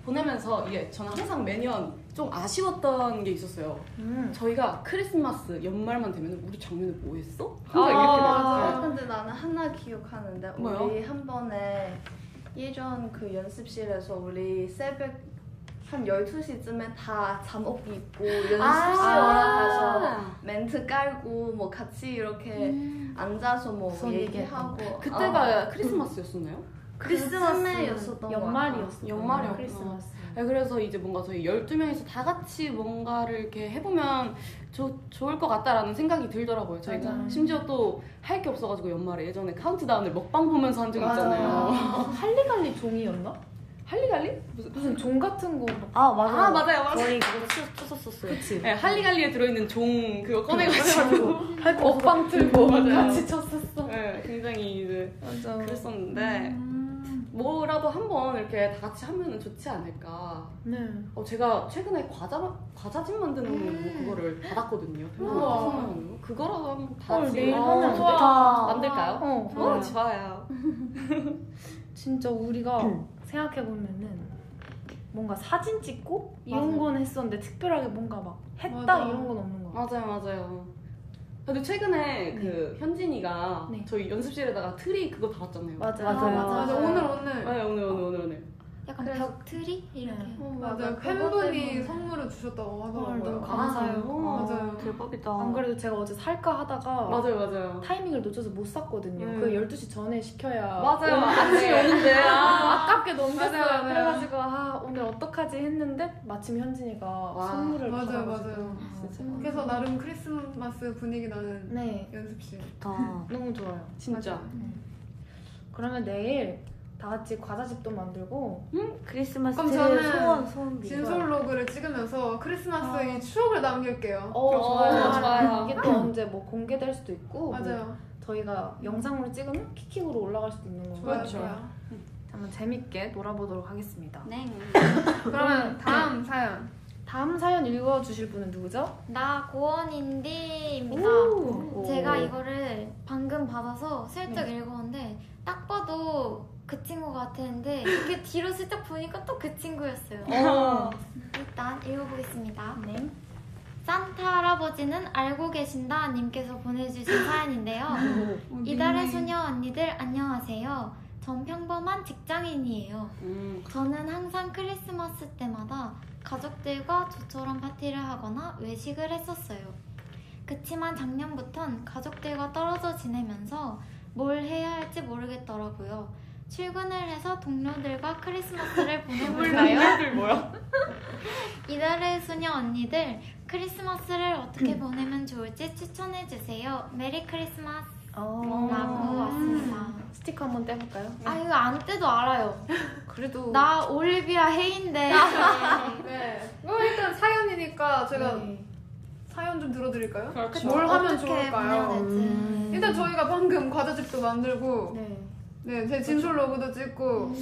보내면서 이게 저는 항상 매년 좀 아쉬웠던 게 있었어요.
음.
저희가 크리스마스 연말만 되면 우리 작년에 뭐 했어?
아,
항상 이렇게
아.
되요
근데 나는 하나 기억하는데
뭐요?
우리 한 번에 예전 그 연습실에서 우리 새벽 한 12시쯤에 다 잠옷 입고 연습실 올라가서 멘트 깔고 뭐 같이 이렇게 앉아서 뭐
무슨 얘기했던
얘기하고
그때가 크리스마스였었나요?
크리스마스였었던
연말이었어요.
연말이었구나.
크리스마스.
네, 그래서 이제 뭔가 저희 12명이서 다 같이 뭔가를 이렇게 해보면 좋 좋을 것 같다라는 생각이 들더라고요. 저희가
맞아요.
심지어 또 할 게 없어가지고 연말에 예전에 카운트다운을 먹방 보면서 한 적 있잖아요.
할리갈리 종이였나?
할리갈리? 무슨,
무슨 종 같은 거 막.
아 맞아요.
아, 맞아요, 맞아요.
저희 그거 쳤었었어요. 그치.
네, 할리갈리에 들어있는 종 그거
그렇죠.
꺼내가지고
먹방 틀고
맞아요.
같이 쳤었어. 어.
네, 굉장히 이제
맞아. 음.
그랬었는데 뭐라도 한번 이렇게 다 같이 하면 좋지 않을까.
네.
어, 제가 최근에 과자, 과자집 만드는
음.
그거를 받았거든요.
우와.
선물로. 그거라도 한번 다
헐,
같이 아,
내일 하면 안
만들-
아, 네. 좋다.
만들까요?
어,
어, 좋아요.
진짜 우리가 생각해보면은 뭔가 사진 찍고 이런
맞아요.
건 했었는데 특별하게 뭔가 막 했다
맞아.
이런 건 없는 것 같아요.
맞아요, 맞아요. 근데 최근에 그 현진이가
네.
저희 연습실에다가 트리 그거 달았잖아요.
맞아요.
맞아.
맞아 오늘 오늘
네, 오늘, 오늘, 오늘, 오늘.
약간 벽트리 이렇게.
네.
어,
맞아,
맞아요
그거
팬분이
때문에.
선물을 주셨다고
헐, 너무
하더라고요
어,
감사해요.
맞아요
대박이다.
안 그래도 제가 어제 살까 하다가
맞아요, 맞아요.
타이밍을 놓쳐서 못 샀거든요.
음.
그 12시 전에 시켜야
맞아요.
오는데
아침에 오는데. 아.
아깝게 넘겼어요.
맞아요, 맞아요.
그래가지고 아 오늘 어떡하지 했는데 마침 현진이가
와.
선물을
맞아요
받아가지고
맞아요
진짜.
그래서 나름 크리스마스 분위기 나는
네
연습실
좋다.
너무 좋아요.
진짜.
그러면 내일 다 같이 과자집도 만들고
크리스마스
그럼
트리
저는
소원 소원 빌
진솔로그를 찍으면서 크리스마스 이 추억을 남길게요
어,
좋아요. 좋아요.
이게 또 언제 뭐 공개될 수도 있고 뭐
맞아요
저희가 영상으로 찍으면 킥킥으로 올라갈 수도 있는 거고
좋아요
그렇죠.
좋아요
한번 재밌게 놀아보도록 하겠습니다.
네.
그러면 다음 사연
다음 사연 읽어주실 분은 누구죠?
나 고원인디입니다. 아, 제가 이거를 방금 받아서 슬쩍 읽었는데 딱 봐도 그 친구 같았는데 이렇게 뒤로 슬쩍 보니까 또 그 친구였어요. 일단 읽어보겠습니다.
네.
산타 할아버지는 알고 계신다 님께서 보내주신 사연인데요. 이달의 소녀 언니들 안녕하세요. 전 평범한 직장인이에요.
음.
저는 항상 크리스마스 때마다 가족들과 저처럼 파티를 하거나 외식을 했었어요. 그치만 작년부턴 가족들과 떨어져 지내면서 뭘 해야 할지 모르겠더라고요. 출근을 해서 동료들과 크리스마스를 보내볼까요?
음.
나이들 뭐야?
이달의 소녀 언니들 크리스마스를 어떻게 보내면 좋을지 추천해주세요. 메리 크리스마스
어,
라고 왔습니다.
스티커 한번 떼볼까요?
음. 아 이거 안 떼도 알아요.
그래도
나 올리비아 헤인데
네 그럼 일단 사연이니까 제가
네.
사연 좀 들어드릴까요?
그렇죠.
뭘 하면
어떻게 보내야
좋을까요?
될지.
일단 저희가 방금 과자집도 만들고
네.
네, 제 진솔 로그도 찍고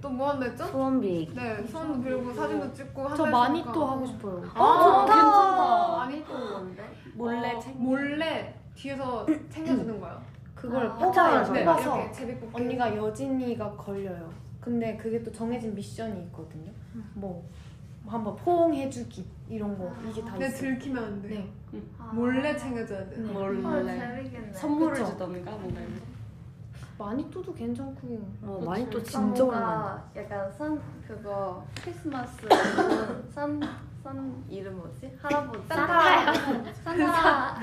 또 뭐 한다 했죠?
소원 빌
네, 수원도 빌고 사진도 찍고 한다
저 많이
했으니까.
또 하고 싶어요.
아, 좋다.
괜찮다.
많이 또 뭔데?
몰래
어,
챙겨.
몰래 뒤에서 챙겨주는 거예요.
그걸
아,
뽑아요.
맞아요.
네,
뽑아서
이렇게 제비 뽑기.
언니가 여진이가 걸려요. 근데 그게 또 정해진 미션이 있거든요. 뭐, 뭐 한번 포옹해주기 이런 거 이게 다
근데
있어요.
네, 들키면 안 돼.
네.
아. 몰래 챙겨줘야 돼.
네.
몰래.
재밌겠네.
선물을
그쵸.
주던가 뭔가 이렇게.
많이 또도 괜찮고.
어, 많이 또
아,
진짜 오랜만에
뭔가 약간 산 그거 크리스마스 산산 이름 뭐지 할아버지 산타 산타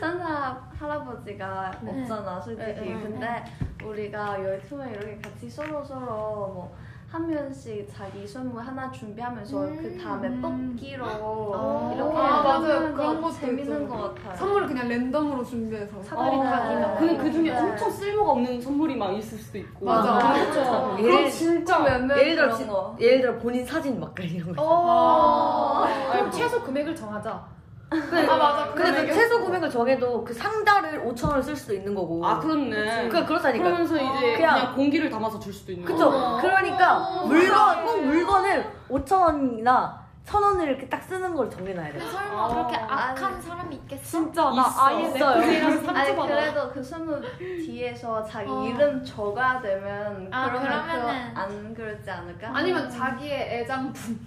산타 할아버지가
네.
없잖아 솔직히
네, 네,
근데 우리가 12명 이렇게 같이 서로 서로 뭐 한 명씩 자기 선물 하나 준비하면서
음.
그 다음에 뽑기로 이렇게
아, 맞아요.
하면
그런
더
것도
재밌는
있어요.
것 같아요.
선물을 그냥 랜덤으로 준비해서. 어.
사다리 타기 막
근데 그 중에
네.
엄청 쓸모가 없는 선물이 막 있을 수도 있고.
아, 맞아.
그렇죠.
그럼
예를,
진짜
몇몇
예를 들어
그런
진-
거.
예를 들어 본인 사진 막 이런 거
어. 그럼 최소 금액을 정하자.
아 맞아.
근데 그
그러네.
최소 금액을 정해도 그 상자를 5천 원을 쓸 수도 있는 거고
아, 그렇네.
그러니까 그렇다니까
그러면서 이제
그냥-
그냥, 공기를 담아서 줄 수도 있는
그쵸?
거고.
그러니까 물건 꼭 물건을 5천 원이나 천 원을 이렇게 딱 쓰는 걸 정해놔야 돼.
설마 어, 그렇게 악한 사람이 있겠어?
진짜 나
있어.
아예 내 고생이라서
아니
상처받아.
그래도 그 선물 뒤에서 자기
어.
이름 적어야 되면
아,
그러면
그러면은.
그거 안 그러지 않을까?
아니면 자기의 애장품.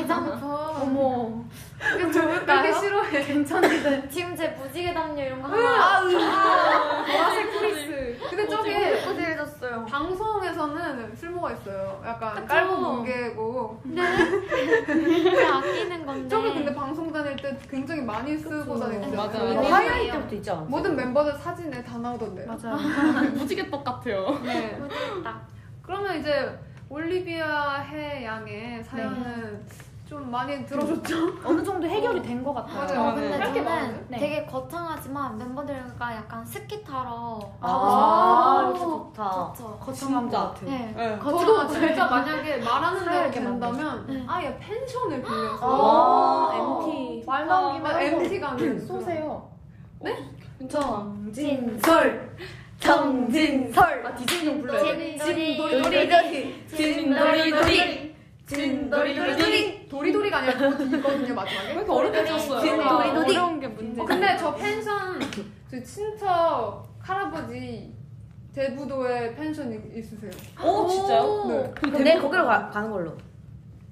애장품
어머.
이게 좋을까요? 이게 싫어해. 괜찮은데.
지금 제 무지개 담요 이런 거 하나
보라색 프리스. 근데 저게
예뻐지해졌어요.
방송에서는 쓸모가 있어요. 약간
그쵸.
깔고 뭉개고.
되게 네. 아끼는 건데 어,
저게 근데 방송 다닐 때 굉장히 많이 쓰고 다녔어요.
맞아.
뭐
네.
하이라이 때부터 있지 않아?
모든 멤버들 사진에 다 나오던데. 요
맞아요.
무지개떡 같아요.
네.
모르겠다
그러면 이제 올리비아 해 양의 사연은 좀 많이 들어줬죠?
아, 어느 정도 해결이 된 것 같아요.
맞아요.
어, 근데 저는
그렇게 많아요?
네.
되게 거창하지만 멤버들과 약간 스키 타러
아,
가고
이거
싶어요
좋다.
그쵸
거창한 것
진짜.
같아요.
네.
그
저도 진짜 만약에 말하는 대로
사연을
된다면
만들죠.
아예 펜션을 빌려서 어,
아, MT.
말 나오기만
아,
하고
MT 가는
쏘세요.
괜찮아.
진.
절. 정진설
아 디즈니용 불러야 돼.
진돌이
진돌이돌이.
도리도리 도리도리가 아니라 도리거든요 마지막에 왜 이렇게 어렵게
아,
썼어요?
네.
아,
진돌이돌이.
어려운 게 문제. 근데 저 펜션 저 친척 할아버지 대부도에 펜션 있- 있으세요?
오 진짜요?
네.
그럼 내일 거기로 가, 가는 걸로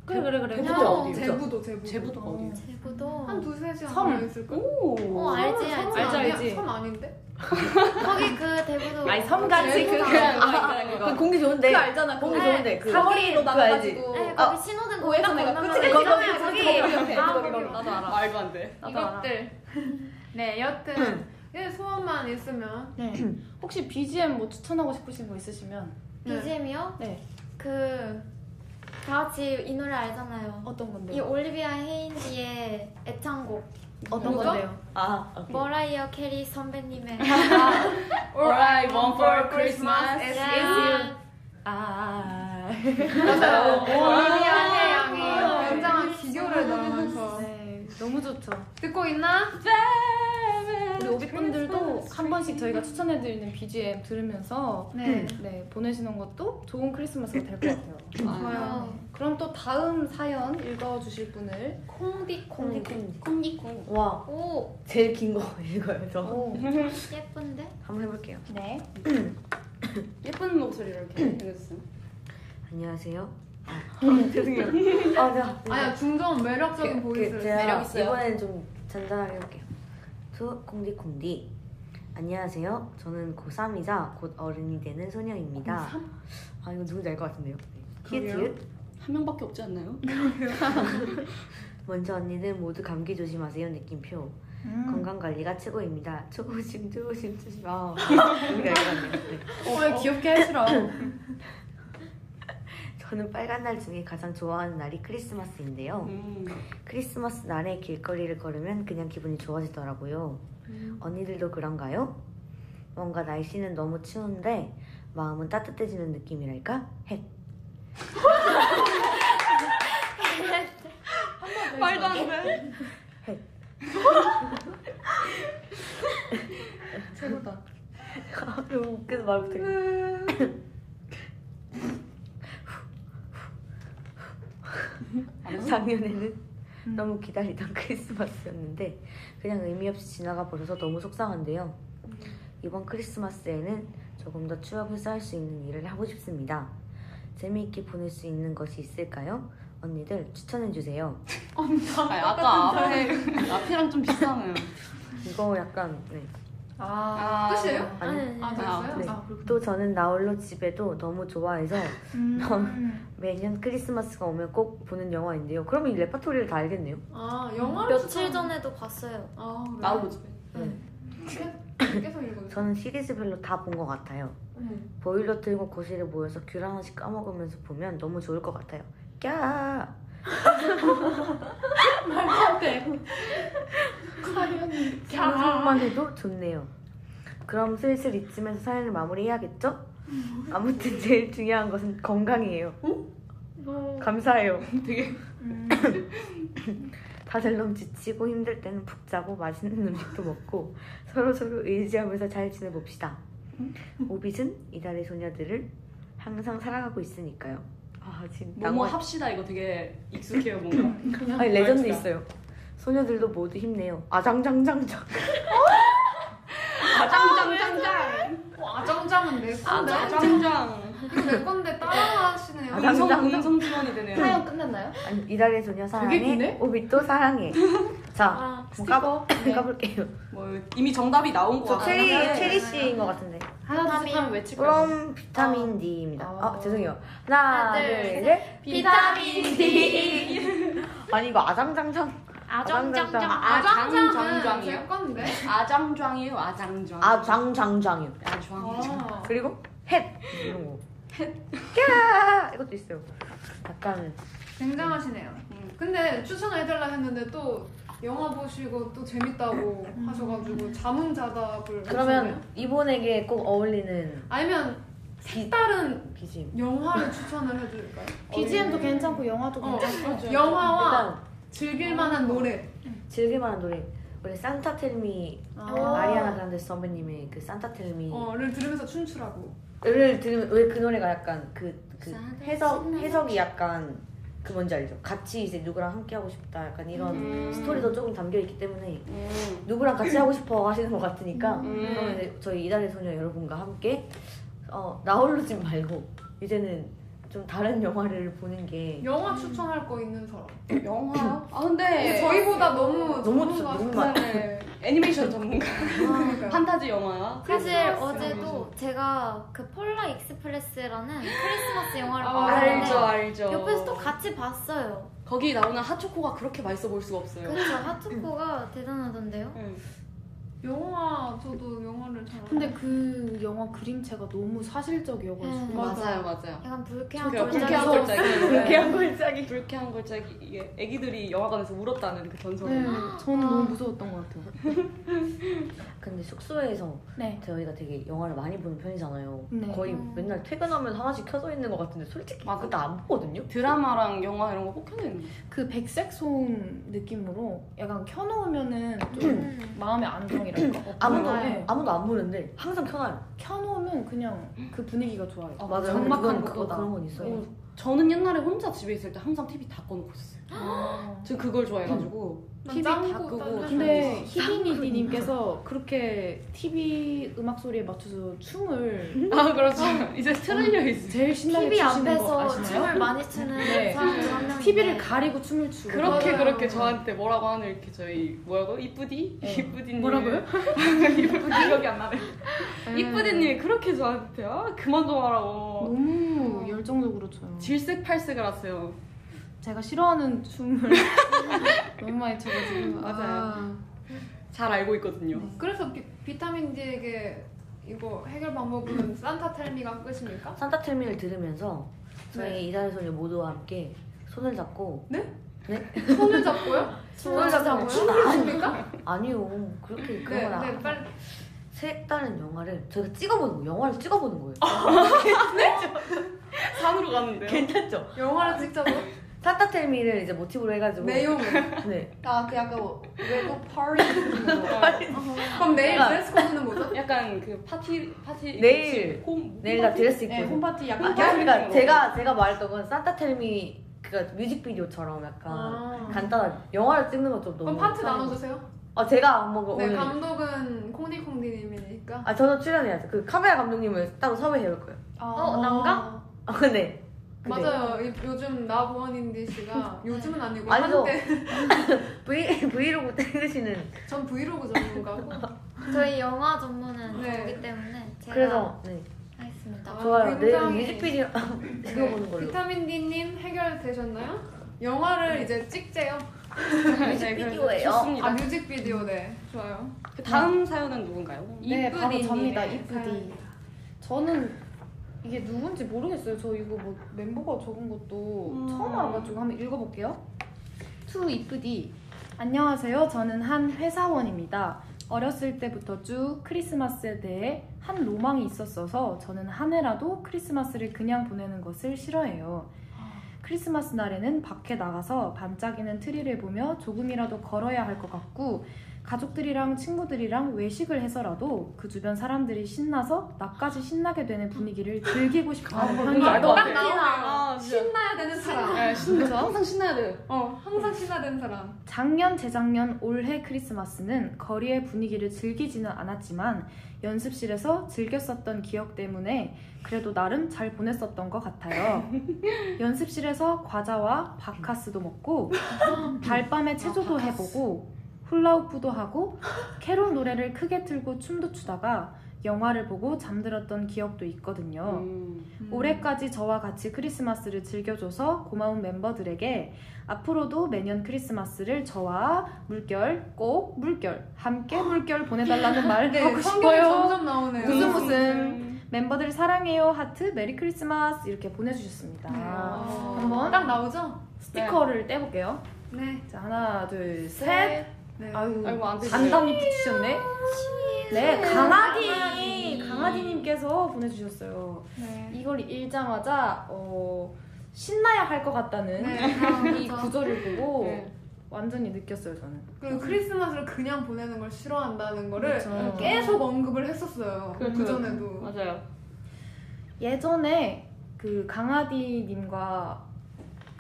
그래 그래 그래.
대부도 어디예요?
아, 제부도 제부도
제부도가 어디예요?
제부도
한 두세 시간
섬.
걸려 있을 거.
오.
어 알지
섬은
알지
알지,
아니야?
알지.
섬 아닌데?
거기 그 대부도
아니 섬같이 그
제부도.
그냥
그 공기 좋은데 알잖아 공기
네.
좋은데 그
사거리로
그거 알지
어.
네,
아,
거기 신호등 거기 딱 건너면
그치, 거기, 거기,
거기 아 거기
나도 알아.
말도 안 돼.
이것들. 네, 여튼 예, 소원만 있으면
네. 혹시 BGM 뭐 추천하고 싶으신 거 있으시면
BGM이요?
네.
그 다 같이 이 노래 알잖아요.
어떤 건데?
이 올리비아 헤인지의 애창곡
어떤
뭐죠?
건데요?
아 오케이.
머라이어 캐리 선배님의
Alright, one for Christmas.
Yeah.
아.
어,
맞아요.
올리비아
양이
헤양이
굉장한 기교를 넣으면서
네. 너무 좋죠.
듣고 있나? 네,
우리 오빛분들도 한 번씩 저희가 추천해드리는 BGM 들으면서
네.
네 보내시는 것도 좋은 크리스마스가 될 것 같아요.
좋아요.
그럼 또 다음 사연 읽어주실 분을
콩디
공기
콩디 콩디
공기
콩.
와
오
제일 긴 거 읽어요 저
오,
예쁜데?
한번 해볼게요
네.
예쁜 목소리로 이렇게 해주세요.
안녕하세요 아, 죄송해요 아 제가
아니야 중저음 매력적인 보이스를
제가
매력 있어요.
이번엔 좀 잔잔하게 해볼게요 저 공디 공디 안녕하세요 저는 고3이자 곧 어른이 되는 소녀입니다 아 이거 누군지 알 것 같은데요
그래요?
히읗
한 명밖에 없지 않나요?
먼저 언니는 모두 감기 조심하세요 느낌표
음.
음.
건강 관리가 최고입니다 초고심 초고심 조심 아 우리 알것 같네요 네.
어, 왜 귀엽게 해주라.
저는 빨간 날 중에 가장 좋아하는 날이 크리스마스인데요
음.
크리스마스 날에 길거리를 걸으면 그냥 기분이 좋아지더라고요 언니들도 그런가요? 뭔가 날씨는 너무 추운데 마음은 따뜻해지는 느낌이랄까? 헷
말도 안 돼.
최고다.
너무 웃겨서 말 못해 네. 음. 작년에는 너무 기다리던 크리스마스였는데 그냥 의미 없이 지나가 버려서 너무 속상한데요. 이번 크리스마스에는 조금 더 추억을 쌓을 수 있는 일을 하고 싶습니다. 재미있게 보낼 수 있는 것이 있을까요? 언니들 추천해 주세요.
아니, 아까 앞에 앞이랑 좀 비슷하네요.
이거 약간 네.
아.
아,
끝이에요?
아니,
아, 됐어요?
네.
아, 그렇군요.
또 저는 나홀로 집에도 너무 좋아해서
음.
매년 크리스마스가 오면 꼭 보는 영화인데요. 그러면 이 레파토리를 다 알겠네요.
아, 영화를
며칠 전에도 봤어요.
아, 그래요?
나도 보지.
네.
계속 읽어주세요.
저는 시리즈별로 다 본 것 같아요.
음.
보일러 틀고 거실에 모여서 귤 하나씩 까먹으면서 보면 너무 좋을 것 같아요. 까. 생각만 해도 좋네요. 그럼 슬슬 이쯤에서 사연을 마무리해야겠죠? 아무튼 제일 중요한 것은 건강이에요. 감사해요.
되게
다들 너무 지치고 힘들 때는 푹 자고 맛있는 음식도 먹고 서로서로 의지하면서 잘 지내봅시다. 오빛은 이달의 소녀들을 항상 사랑하고 있으니까요. 아 진짜
뭐뭐 합시다 이거 되게 익숙해요 뭔가.
아니 레전드
말투가.
있어요. 소녀들도 모두 힘내요. 아장장장장.
아장장장장. 아, 네.
와, 아, 짱짱은 내 건데.
아장장장.
이거 내 건데 따라하시네요.
아,
음성
장장장.
음성 지원이 되네요.
사연 끝났나요?
아니, 이달의 소녀 사랑해.
기네?
오빛도 사랑해. 자,
아,
뭐 까보,
네.
까볼게요.
뭐 이미 정답이 나온 거
저 체리
같아요. 네.
체리 씨인 것 같은데.
하나 둘셋 하면 외칠까요?
그럼 비타민 D입니다. 아
어.
죄송해요. 하나,
하나, 둘,
둘,
셋.
셋.
비타민 D.
아니 이거 아장장장.
아정정정.
아,
짱짱은
장장장이요? 네.
제 건데.
아장장이에요. 아장장. 어.
아장장장이요.
아장.
아,
그리고 햇 이런 거. 햇. 야 이것도 있어요. 약간
굉장하시네요.
음.
근데 추천을 해달라 했는데 또 영화 보시고 또 재밌다고 하셔가지고 자문자답을
그러면
하시네요.
이분에게 꼭 어울리는
아니면
비,
다른
BGM.
영화를 추천을 해드릴까요?
BGM도 괜찮고 영화도
어,
괜찮고.
영화와
일단 어.
즐길 만한 노래
즐길 만한 노래. 원래 산타 텔미
아.
마리아나 그란데 선배님의 그 산타 텔미를
어를 들으면서 춤추라고.
들으면 왜 그 노래가 약간 그, 그 해석 해석이 약간 그 뭔지 알죠? 같이 이제 누구랑 함께 하고 싶다 약간 이런 스토리도 조금 담겨 있기 때문에
음.
누구랑 같이 하고 싶어 하시는 것 같으니까
음.
그러면 이제 저희 이달의 소녀 여러분과 함께 어, 나홀로 집 말고 이제는 좀 다른 영화를 보는 게
영화 추천할 거 있는 사람.
영화요? 아 근데
저희보다 너무
네. 너무 추-
전문가
너무
같아요.
네. 애니메이션 전문가 판타지 영화
사실
크리스마스
어제도 제가 그 폴라 익스프레스라는 크리스마스 영화를
아,
봤는데
알죠 알죠
옆에서 또 같이 봤어요.
거기 나오는 핫초코가 그렇게 맛있어 보일 수가 없어요
그쵸 하투코가 대단하던데요.
음.
영화 저도 영화를 잘. 안
근데 그 영화 그림체가 너무 사실적이어가지고
네.
맞아요 맞아요
약간 불쾌한
그 불쾌한
돌장에서
골짜기
불쾌한
골짜기 불쾌한 골짜기 이게 애기들이 영화관에서 울었다는 그 전설
네, 저는 너무 무서웠던 것 같아요.
근데 숙소에서
네.
저희가 되게 영화를 많이 보는 편이잖아요.
네.
거의
음.
맨날 퇴근하면 하나씩 켜져 있는 것 같은데 솔직히
맞아.
그때 안 보거든요.
드라마랑 영화 이런 거 꼭 켜내는 거예요
그 백색소음 느낌으로 약간 켜놓으면은 좀
음.
마음의 안정이랄까.
아무도
네.
아무도 안 보는데 항상 켜놔요.
켜놓으면 그냥 그 분위기가 좋아요.
아,
맞아요.
정막한
그건 그거
것보다.
그런 건 있어요.
어, 저는 옛날에 혼자 집에 있을 때 항상 TV 다 꺼놓고 있어요
아.
저 그걸 좋아해가지고
난
음. TV
짱구
다 끄고
딴
근데 히비니디님께서 아. 그렇게 TV 음악 소리에 맞춰서 춤을
아 그렇죠 이제 틀려 있어요
제일 신나게
TV
추시는 거
앞에서
아시나요?
춤을 많이 추는
네.
사람 중한 명인데
TV를 가리고 춤을 추고
그렇게
맞아요.
그렇게 저한테 뭐라고 하는 이렇게 저희 뭐라고 이쁘디
네.
이쁘디님
뭐라고요? 음.
이쁘디 기억이 안 나네 이쁘디님이 그렇게 저한테 아 그만 좀 하라고
너무 열정적으로 춰요.
질색팔색을 하세요
제가 싫어하는 춤을 너무 많이 춰가지고
맞아요. 잘 알고 있거든요
그래서 비, 비타민 D에게 이거 해결 방법은 산타 텔미가 끝입니까?
산타 텔미를 들으면서 저희
네.
이달의 소녀 모두와 함께 손을 잡고
손을 잡고요?
춤을
잡고
추고요?
춥니까?
아니요 그렇게
네,
그거나
네, 빨리.
색다른 영화를 저희가 찍어보는 거예요. 영화를 찍어보는 거예요.
산으로 가는데요
괜찮죠?
영화를 찍자고?
아, 산타 텔미를 이제 모티브로 해가지고
내용을.
네.
아그 약간
뭐.
외국 파티
그럼 내일
내가-
드레스 코드는 뭐죠?
약간 그 파티 파티
내일.
홈
내일 다 드레스 입고
네,
오세요.
홈파티 약간
그러니까
그런
제가 제가 말했던 건 산타 텔미 그니까 뮤직비디오처럼 약간 간단한 영화를 찍는 것좀 아, 너무
아. 그럼 파트
편해요.
나눠주세요.
아 제가 안 먹어
네,
오늘
감독은 콩디콩디님이니까.
아 저는 출연해야죠 그 카메라 감독님을 따로 섭외해올 거예요
어 난가?
아 근데
맞아요. 이- 요즘 나보원인디 씨가 요즘은 아니고
아니죠.
한때
브이, 브이로그 찍으시는
전 브이로그 전문가고.
저희 영화 전문은
네.
저기 때문에 제가
그래서 네
하겠습니다.
아,
좋아요
굉장히-
내일 뮤직비디오 찍어보는 걸로
네. 비타민 D님 해결되셨나요? 영화를 이제 찍재요.
뮤직비디오예요
좋습니다.
아 뮤직비디오 네 좋아요.
그 다음 사연은 누군가요?
네 바로
이쁘디님의
접니다
사연.
이쁘디 저는 이게 누군지 모르겠어요 저 이거 뭐 멤버가 적은 것도
음.
처음 알아가지고 한번 읽어볼게요 투 이쁘디 안녕하세요 저는 한 회사원입니다 어렸을 때부터 쭉 크리스마스에 대해 한 로망이 있었어서 저는 한 해라도 크리스마스를 그냥 보내는 것을 싫어해요 크리스마스 날에는 밖에 나가서 반짝이는 트리를 보며 조금이라도 걸어야 할 것 같고 가족들이랑 친구들이랑 외식을 해서라도 그 주변 사람들이 신나서 나까지 신나게 되는 분위기를 즐기고 싶어하는
알것
편이에요. 아,
같아. 아, 진짜.
신나야 되는 사람.
네, 신나. 항상 신나야 돼.
어 항상 신나야 되는 사람.
작년, 재작년, 올해 크리스마스는 거리의 분위기를 즐기지는 않았지만 연습실에서 즐겼었던 기억 때문에 그래도 나름 잘 보냈었던 것 같아요. 연습실에서 과자와 바카스도 먹고 달밤에 체조도 해보고 훌라후프도 하고 캐롤 노래를 크게 틀고 춤도 추다가 영화를 보고 잠들었던 기억도 있거든요.
음.
올해까지 저와 같이 크리스마스를 즐겨줘서 고마운 멤버들에게 앞으로도 매년 크리스마스를 저와 물결 꼭 물결 함께 물결 보내달라는 말
네
하고
성격이
싶어요.
점점 나오네요.
웃음 웃음 멤버들 사랑해요 하트 메리 크리스마스 이렇게 보내주셨습니다.
어,
아. 한번.
딱 나오죠?
스티커를 떼볼게요.
네.
자 하나 둘 셋.
셋. 네.
아유
아이고, 안 되시네요.
단단히 붙이셨네. 네 강아지
강아지.
강아지님께서 보내주셨어요.
네.
이걸 읽자마자 어, 신나야 할 것 같다는
네.
이 구절을 보고
네.
완전히 느꼈어요 저는.
그리고 크리스마스를 그냥 보내는 걸 싫어한다는 거를
그렇죠.
계속 언급을 했었어요.
그렇죠.
그 전에도.
맞아요.
예전에 그 강아디님과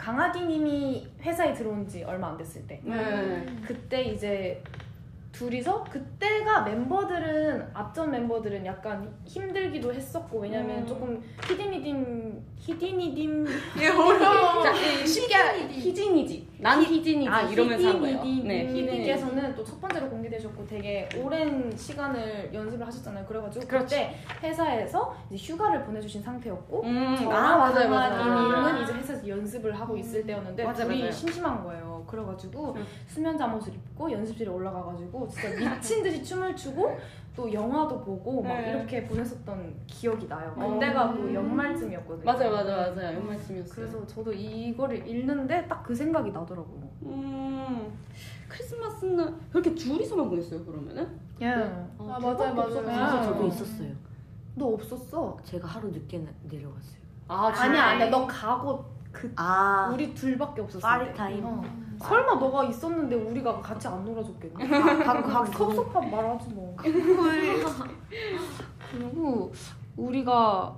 강아디님이 회사에 들어온 지 얼마 안 됐을 때
네.
그때 이제 둘이서 그때가 멤버들은 앞전 멤버들은 약간 힘들기도 했었고 왜냐면
음.
조금 히디니딤 히디니딤
얘 어려워.
자, 이 쉽게 희진이지. 난 희진이지. 아, 이러면서 한 거예요. 네, 희진이.
히디님께서는 또 첫 번째로 공개되셨고 되게 오랜 시간을 연습을 하셨잖아요 그래가지고 그때
그렇죠.
회사에서 이제 휴가를 보내주신 상태였고
음,
아, 맞아요,
맞아요. 음.
맞아요. 이제 회사에서 연습을 하고 있을 때였는데
맞아요,
둘이
맞아요.
심심한 거예요. 그래가지고
음.
수면 잠옷을 입고 연습실에 올라가가지고 진짜 미친 듯이 춤을 추고 또 영화도 보고 막
네. 음.
이렇게 보냈었던 기억이 나요. 그때가 또 연말쯤이었거든요.
맞아요, 맞아요, 맞아요. 연말쯤이었어요.
그래서 저도 이거를 읽는데 딱 그 생각이 나더라고요.
음, 크리스마스는 그렇게 둘이서만 보냈어요, 그러면은?
예.
아, 맞아요,
그래서
맞아요.
저도 있었어요.
너 없었어?
제가 하루 늦게 나- 내려갔어요.
아, 진짜?
아니야, 아니야. 너 가고
아,
우리 둘밖에 없었을
파리
때.
타임.
어.
음.
설마 너가 있었는데 우리가 같이 안 놀아줬겠니?
가고 가고 너무
섭섭한 말 하지 뭐. 그리고 우리가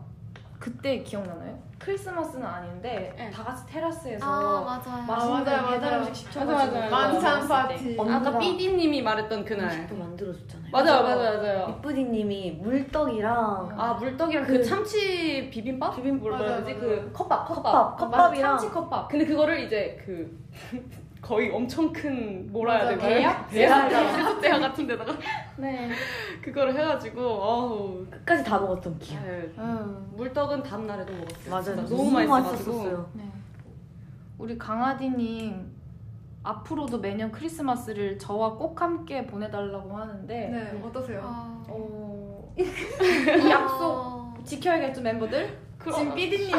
그때 기억나나요? 크리스마스는 아닌데
네.
다 같이
아
테라스에서
맞아요.
맛있는
아, 맞아요,
배달
맞아요.
음식
맞아,
시켜가지고
맞아.
어,
만찬 파티.
아까 삐디님이 말했던 그날.
또 만들어줬잖아요.
맞아요, 맞아요, 맞아요.
이쁘디님이 물떡이랑
아, 물떡이랑 그,
그
참치 비빔밥? 비빔밥 뭐라
맞아요,
그러지?
맞아요.
그 컵밥, 컵밥.
컵밥,
맞아,
컵밥이랑
참치 컵밥.
근데 그거를 이제 그 거의 엄청 큰 뭐라 해야
맞아요.
되나? 대야? 대야? 대야? 대야 같은 데다가
네.
그거를 해가지고 어우
끝까지 다 먹었던 기억.
네.
음.
물떡은 다음날에도 먹었어요
맞아요.
네. 진짜
너무
맛있어가지고.
맛있었어요.
네. 우리 강아지님 앞으로도 매년 크리스마스를 저와 꼭 함께 보내달라고 하는데
네, 어떠세요?
아. 어,
어, 이 약속 지켜야겠죠 멤버들?
지금 삐디님.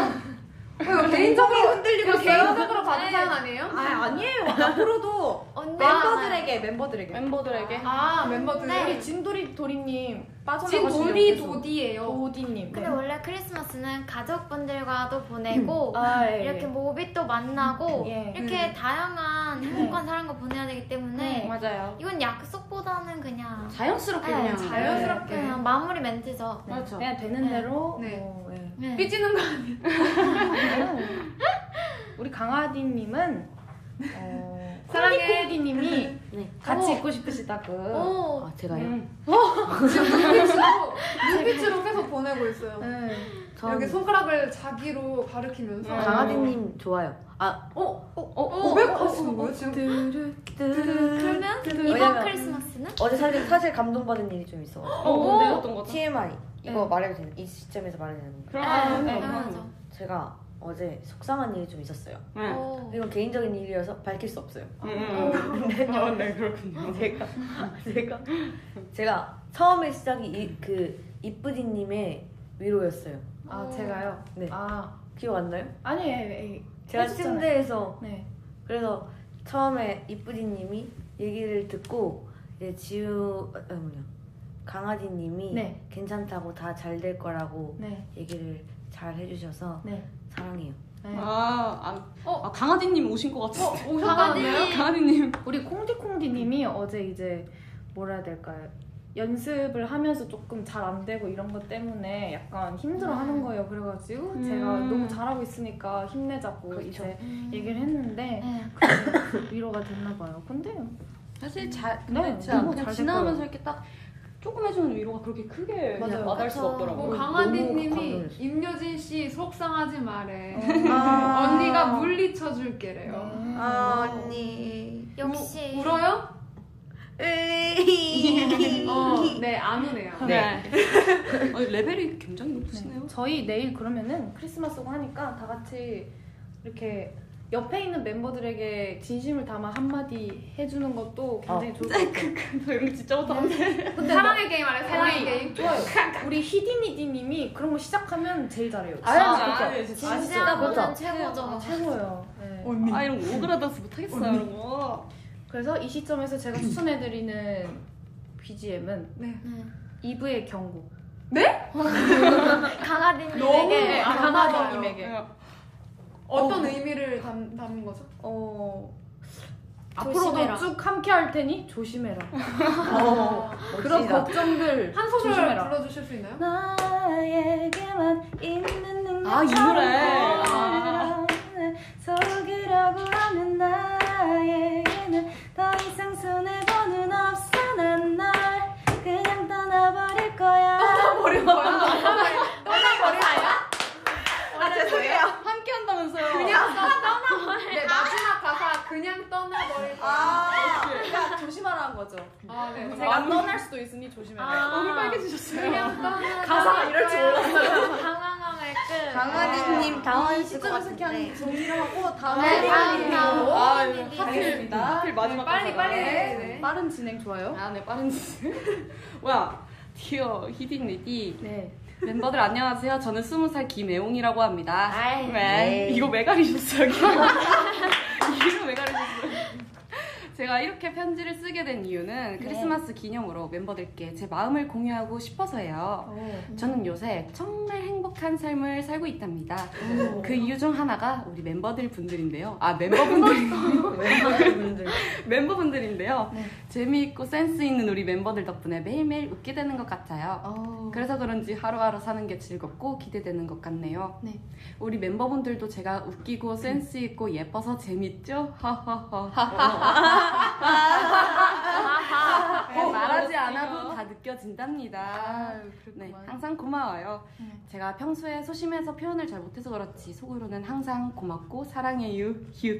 개인적으로 흔들리고 개인적으로 받은 사연 아니에요?
아 아니에요 앞으로도
언니
멤버들에게 멤버들에게
멤버들에게
아, 멤버들.
네.
우리 진돌이 도리님
지금
빠져나가시면
도리 도디예요.
도디님 네.
근데 원래 크리스마스는 가족분들과도 보내고
아, 예.
이렇게 모비 또 만나고
예.
이렇게 다양한 행복한 사람과 보내야 되기 때문에
음, 맞아요
이건 약속보다는 그냥
아, 자연스럽게
네,
그냥
자연스럽게.
그냥 마무리 멘트죠.
네. 맞죠
그냥 되는 대로
네.
어, 예.
네.
삐지는 거 아니에요?
우리 강아지님은 어,
사랑해.
콜리콜리님이
네.
같이
오.
있고 싶으시다고
오.
아,
네.
제가요?
음.
눈빛으로, 눈빛으로 계속 보내고 있어요.
네.
이렇게
저는
손가락을 자기로 가리키면서.
음.
강아지님 좋아요. 아,
어?
네. 어,
500%가 뭐야, 지금?
뚜루뚜루.
그러면 이번
왜냐면
크리스마스는
어제 사실 사실 감동받은 일이 좀 있어.
어 뭔데 어떤 거죠?
TMI 이거 말해도 되는 이 시점에서 말해도 되는 거.
그럼
아,
네,
당연하죠.
제가 어제 속상한 일이 좀 있었어요.
네.
오.
이건 개인적인 일이어서 밝힐 수 없어요.
음, 음. 아, 네 그렇군요
제가 제가 제가 처음에 시작이 이, 그 이쁘디님의 위로였어요.
아 제가요?
네.
아
기억 안 나요?
아니에요 예, 예.
제가
해줬잖아요.
침대에서
네.
그래서 처음에 이쁘디님이 얘기를 듣고 이제 지우 아, 뭐냐 강아지님이
네.
괜찮다고 다 잘 될 거라고
네.
얘기를 잘 해주셔서
네.
사랑해요.
네.
아, 아, 아 강아지님 어, 오신 것 같은데
오셨다는데요?
강아지님
우리 콩디콩디님이 어제 이제 뭐라 해야 될까요? 연습을 하면서 조금 잘 안 되고 이런 것 때문에 약간 힘들어하는 거예요. 그래가지고
음.
제가 너무 잘하고 있으니까 힘내자고
그렇죠.
이제
음.
얘기를 했는데
네.
그게 위로가 됐나 봐요. 근데
사실 잘
네,
근데 진짜
너무
그냥
잘
지나가면서 이렇게 딱 조금 해주는 위로가 그렇게 크게
맞아요.
와닿을 수가
그쵸.
없더라고요
뭐
너무
강아지님이
감동했어요.
임효진 씨 속상하지 말래.
어,
아.
언니가 물리쳐 줄게래요.
아,
네.
언니.
역시
울어요? 어, 네, 안 우네요.
네. 아니, 레벨이 굉장히 높으시네요.
네. 저희 내일 그러면은 크리스마스고 하니까 다 같이 이렇게 옆에 있는 멤버들에게 진심을 담아 한마디 해주는 것도 굉장히 좋을 것 같아요.
저 이런 거 진짜 못하는데.
사랑의 게임 알아요? 사랑의
우리-
게임.
우리 히디니디님이 그런 거 시작하면 제일 잘해요.
아,
진짜.
진짜.
진지한
진짜
거는
맞아.
최고죠.
최고예요. 네.
언니.
아, 이런 거 오그라들어서 못하겠어요, 이런 거.
그래서 이 시점에서 제가 추천해드리는 BGM은
네.
네.
이브의 경고.
너무
어,
강아지님에게
강하다님에게
네.
어떤 의미를 담, 담은 거죠?
어
앞으로도
조심해라.
쭉 함께 할 테니 조심해라. 그런
멋지다.
걱정들
한 소절
조심해라.
불러주실 수 있나요?
나에게만 있는
아, 이
처럼
노래. 아.
보이는 속으라고 하는 나에게는 더 이상 손해보는 없어 난 널 그냥 떠나버릴 거야
어,
함께 한다면서요.
네 마지막 가사 그냥 떠나버릴 거야.
아, 그러니까 조심하라는 거죠.
아, 네.
제가 떠날 수도 있으니 조심해라.
얼굴 아, 빨개지셨어요.
그냥 떠나
가사가 이럴 줄 몰랐어요.
당황함의 끝.
강아지님 당황했을 것
시점에서 그냥
같은데
정리를 하고 다음에
네, 다음, 다음.
아,
다음 일이.
하필, 하필 네, 마지막
빨리
가사가.
빨리. 네.
빠른 진행 좋아요.
아, 네, 빠른 짓. 뭐야, 디어 히딩 레디.
네.
멤버들 안녕하세요. 저는 스무 살 김애옹이라고 합니다.
아이,
왜?
네.
이거 왜 가리셨어요? 이름 왜 가리셨어요? 제가 이렇게 편지를 쓰게 된 이유는 크리스마스 기념으로 멤버들께 제 마음을 공유하고 싶어서예요. 저는 요새 정말 행복한 삶을 살고 있답니다.
어.
그 이유 중 하나가 우리 멤버들 분들인데요. 아 멤버분들 네. 멤버분들인데요. 재미있고 센스 있는 우리 멤버들 덕분에 매일매일 웃게 되는 것 같아요. 그래서 그런지 하루하루 사는 게 즐겁고 기대되는 것 같네요. 네. 우리 멤버분들도 제가 웃기고 센스 있고 예뻐서 재밌죠? 하하하하. 꼭 말하지 않아도 다
아,
느껴진답니다. 네, 항상 고마워요. 제가 평소에 소심해서 표현을 잘 못해서 그렇지 속으로는 항상 고맙고 사랑해요. 휴.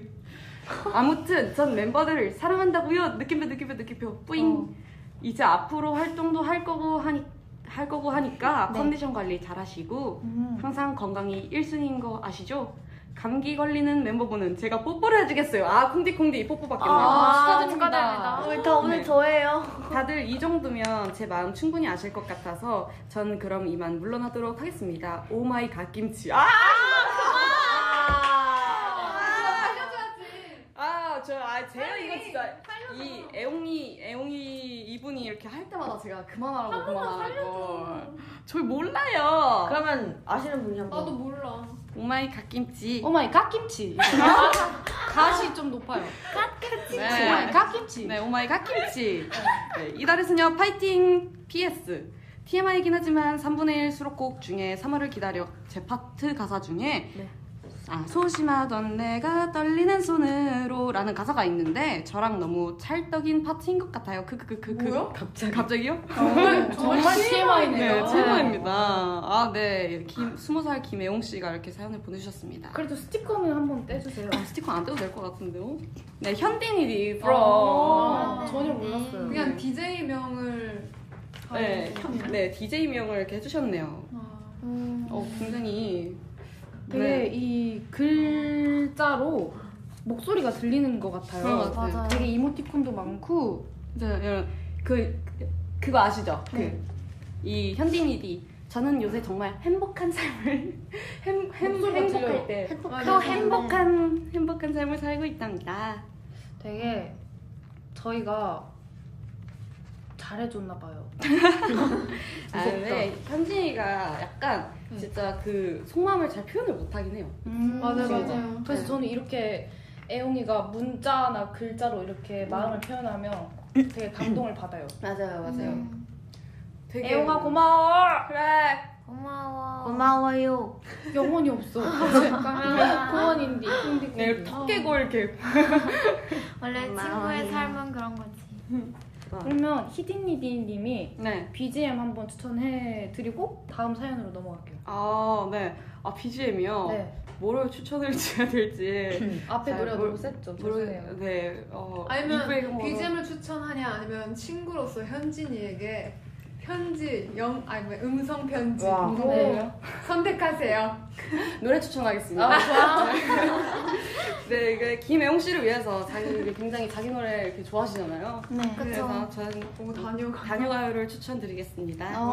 아무튼 전 멤버들을 사랑한다고요. 느낌표 느낌표 느낌표 뿌잉. 이제 앞으로 활동도 할 거고 하니 할 거고 하니까 컨디션 관리 잘 하시고
음.
항상 건강이 1순위인 거 아시죠? 감기 걸리는 멤버분은 제가 뽀뽀를 해주겠어요. 아 콩디콩디 뽀뽀 받겠네요.
아,
축하드립니다.
오늘 다 오늘
네.
저예요
다들 이 정도면 제 마음 충분히 아실 것 같아서 전 그럼 이만 물러나도록 하겠습니다. 오마이 갓김치. 아! 아, 저, 아, 제가 이거 진짜, 이 애옹이, 애옹이 이분이 이렇게 할 때마다 제가 그만하라고, 그만하라고. 저 몰라요.
그러면 아시는 분이 한번
나도 몰라.
오마이 갓김치.
오마이 갓김치. 갓이 좀 높아요.
네.
오마이 갓김치.
네, 오마이 갓김치. 네, 이달의 소녀 파이팅! PS. TMI이긴 하지만 3분의 1 수록곡 중에 3월을 기다려 제 파트 가사 중에 아, 소심하던 내가 떨리는 손으로 라는 가사가 있는데 저랑 너무 찰떡인 파트인 것 같아요. 그, 크크크크크. 뭐요? 갑자기. 갑자기요?
정말 TMI네요.
네, 최고입니다. 아, 네. 김, 20살 김혜용 씨가 이렇게 사연을 보내주셨습니다.
그래도 스티커는 한번 떼주세요.
아, 스티커 안 떼도 될 것 같은데요? 네, 현빈이 프로.
아,
네.
전혀 몰랐어요.
그냥 DJ 명을
네, 네 DJ 명을 이렇게 해주셨네요.
아,
어, 굉장히
음.
네.
되게 이 글자로 목소리가 들리는 것 같아요. 네.
그런 것 같아요.
맞아요.
되게 이모티콘도 많고
자, 여러분 그 그거 아시죠?
네.
그 이 현빈이디 저는 요새 정말 행복한 삶을 햄, 햄,
목소리가
행복할
들려요. 네,
때
맞아요.
또 행복한 행복한 삶을 살고 있답니다.
되게 저희가 잘해줬나 봐요.
아, 근데 현진이가 약간
네.
진짜 그 속마음을 잘 표현을 못하긴 해요.
음,
맞아요,
그런 거.
맞아요.
그래서 저는 이렇게 애용이가 문자나 글자로 이렇게 마음을 표현하면 되게 감동을 받아요.
맞아요, 맞아요.
음.
되게
애용아 고마워.
그래.
고마워.
고마워요
영혼이 없어. 아. 고원인디.
네, 턱 깨고 이렇게.
원래 친구의 삶은 그런 거지.
그러면 히딩니디님이
네.
BGM 한번 추천해 드리고 다음 사연으로 넘어갈게요.
아, 네. 아, BGM이요?
네.
뭐를 추천을 드려야 될지.
앞에
잘
노래가
모르-
너무 셌죠.
모르...
죄송해요.
네. 어, 이브의
아니면
경우는-
BGM을 추천하냐 아니면 친구로서 현진이에게 편지 영 아니 뭐 음성 편지
와.
뭐
네.
선택하세요.
어. 노래 추천하겠습니다. 네, 이게 김혜영 씨를 위해서 자기 굉장히 자기 노래 이렇게 좋아하시잖아요.
네.
그래서
그쵸.
저는
오 다녀가
다녀가요를
아.
추천드리겠습니다.
와.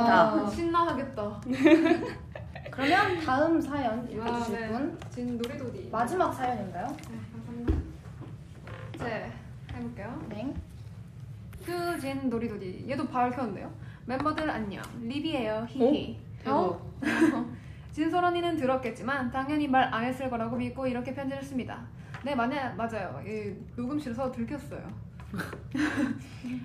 좋다.
아, 신나하겠다.
그러면 다음 사연 읽어주실
아, 네.
분
진 노리도리.
마지막 사연인가요?
네, 감사합니다. 이제 해볼게요.
네.
휴진 도리도리 얘도 밝혔는데요. 멤버들 안녕 리비예요 히히. 어?
대박.
진솔 언니는 들었겠지만 당연히 말 안 했을 거라고 믿고 이렇게 편지를 씁니다. 네, 만약 맞아요. 예, 녹음실에서 들켰어요.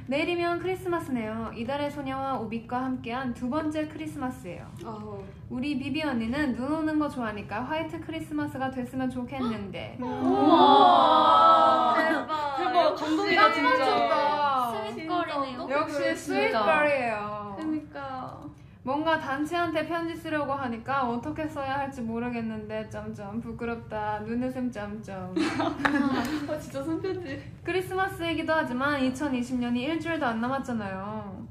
내일이면 크리스마스네요. 이달의 소녀와 오빛과 함께한 두 번째 크리스마스예요.
어,
우리 비비 언니는 눈 오는 거 좋아하니까 화이트 크리스마스가 됐으면 좋겠는데.
우와 대박
대박
아,
감동이다 진짜.
어.
좋다.
스윗거리네요
역시 스윗걸이에요.
그러니까
뭔가 단체한테 편지 쓰려고 하니까 어떻게 써야 할지 모르겠는데 점점 부끄럽다. 눈웃음 점점.
어,
아, 진짜 손편지.
크리스마스이기도 하지만 2020년이 일주일도 안 남았잖아요.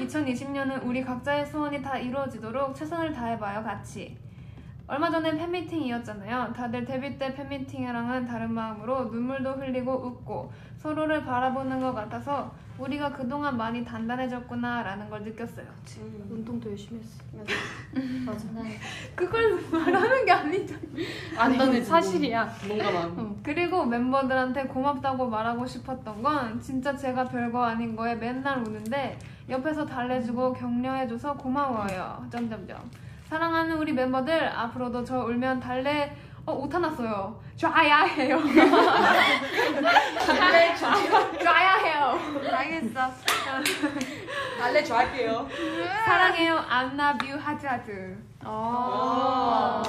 2020년은 우리 각자의 소원이 다 이루어지도록 최선을 다해봐요, 같이. 얼마 전에 팬미팅이었잖아요. 다들 데뷔 때 팬미팅이랑은 다른 마음으로 눈물도 흘리고 웃고 서로를 바라보는 것 같아서 우리가 그동안 많이 단단해졌구나라는 걸 느꼈어요.
운동도 열심히 했어.
그걸 말하는 게 아니죠.
안
떠내지,
사실이야. 뭔가 마음.
그리고 멤버들한테 고맙다고 말하고 싶었던 건 진짜 제가 별거 아닌 거에 맨날 우는데 옆에서 달래주고 격려해줘서 고마워요. 점점점. 사랑하는 우리 멤버들 앞으로도 저 울면 달래 어, 옷 하나 써요. 좌야 해요. 달래 좌야 해요. 알겠어.
달래 좋아할게요.
사랑해요. 안나뷰 하드하드. 어.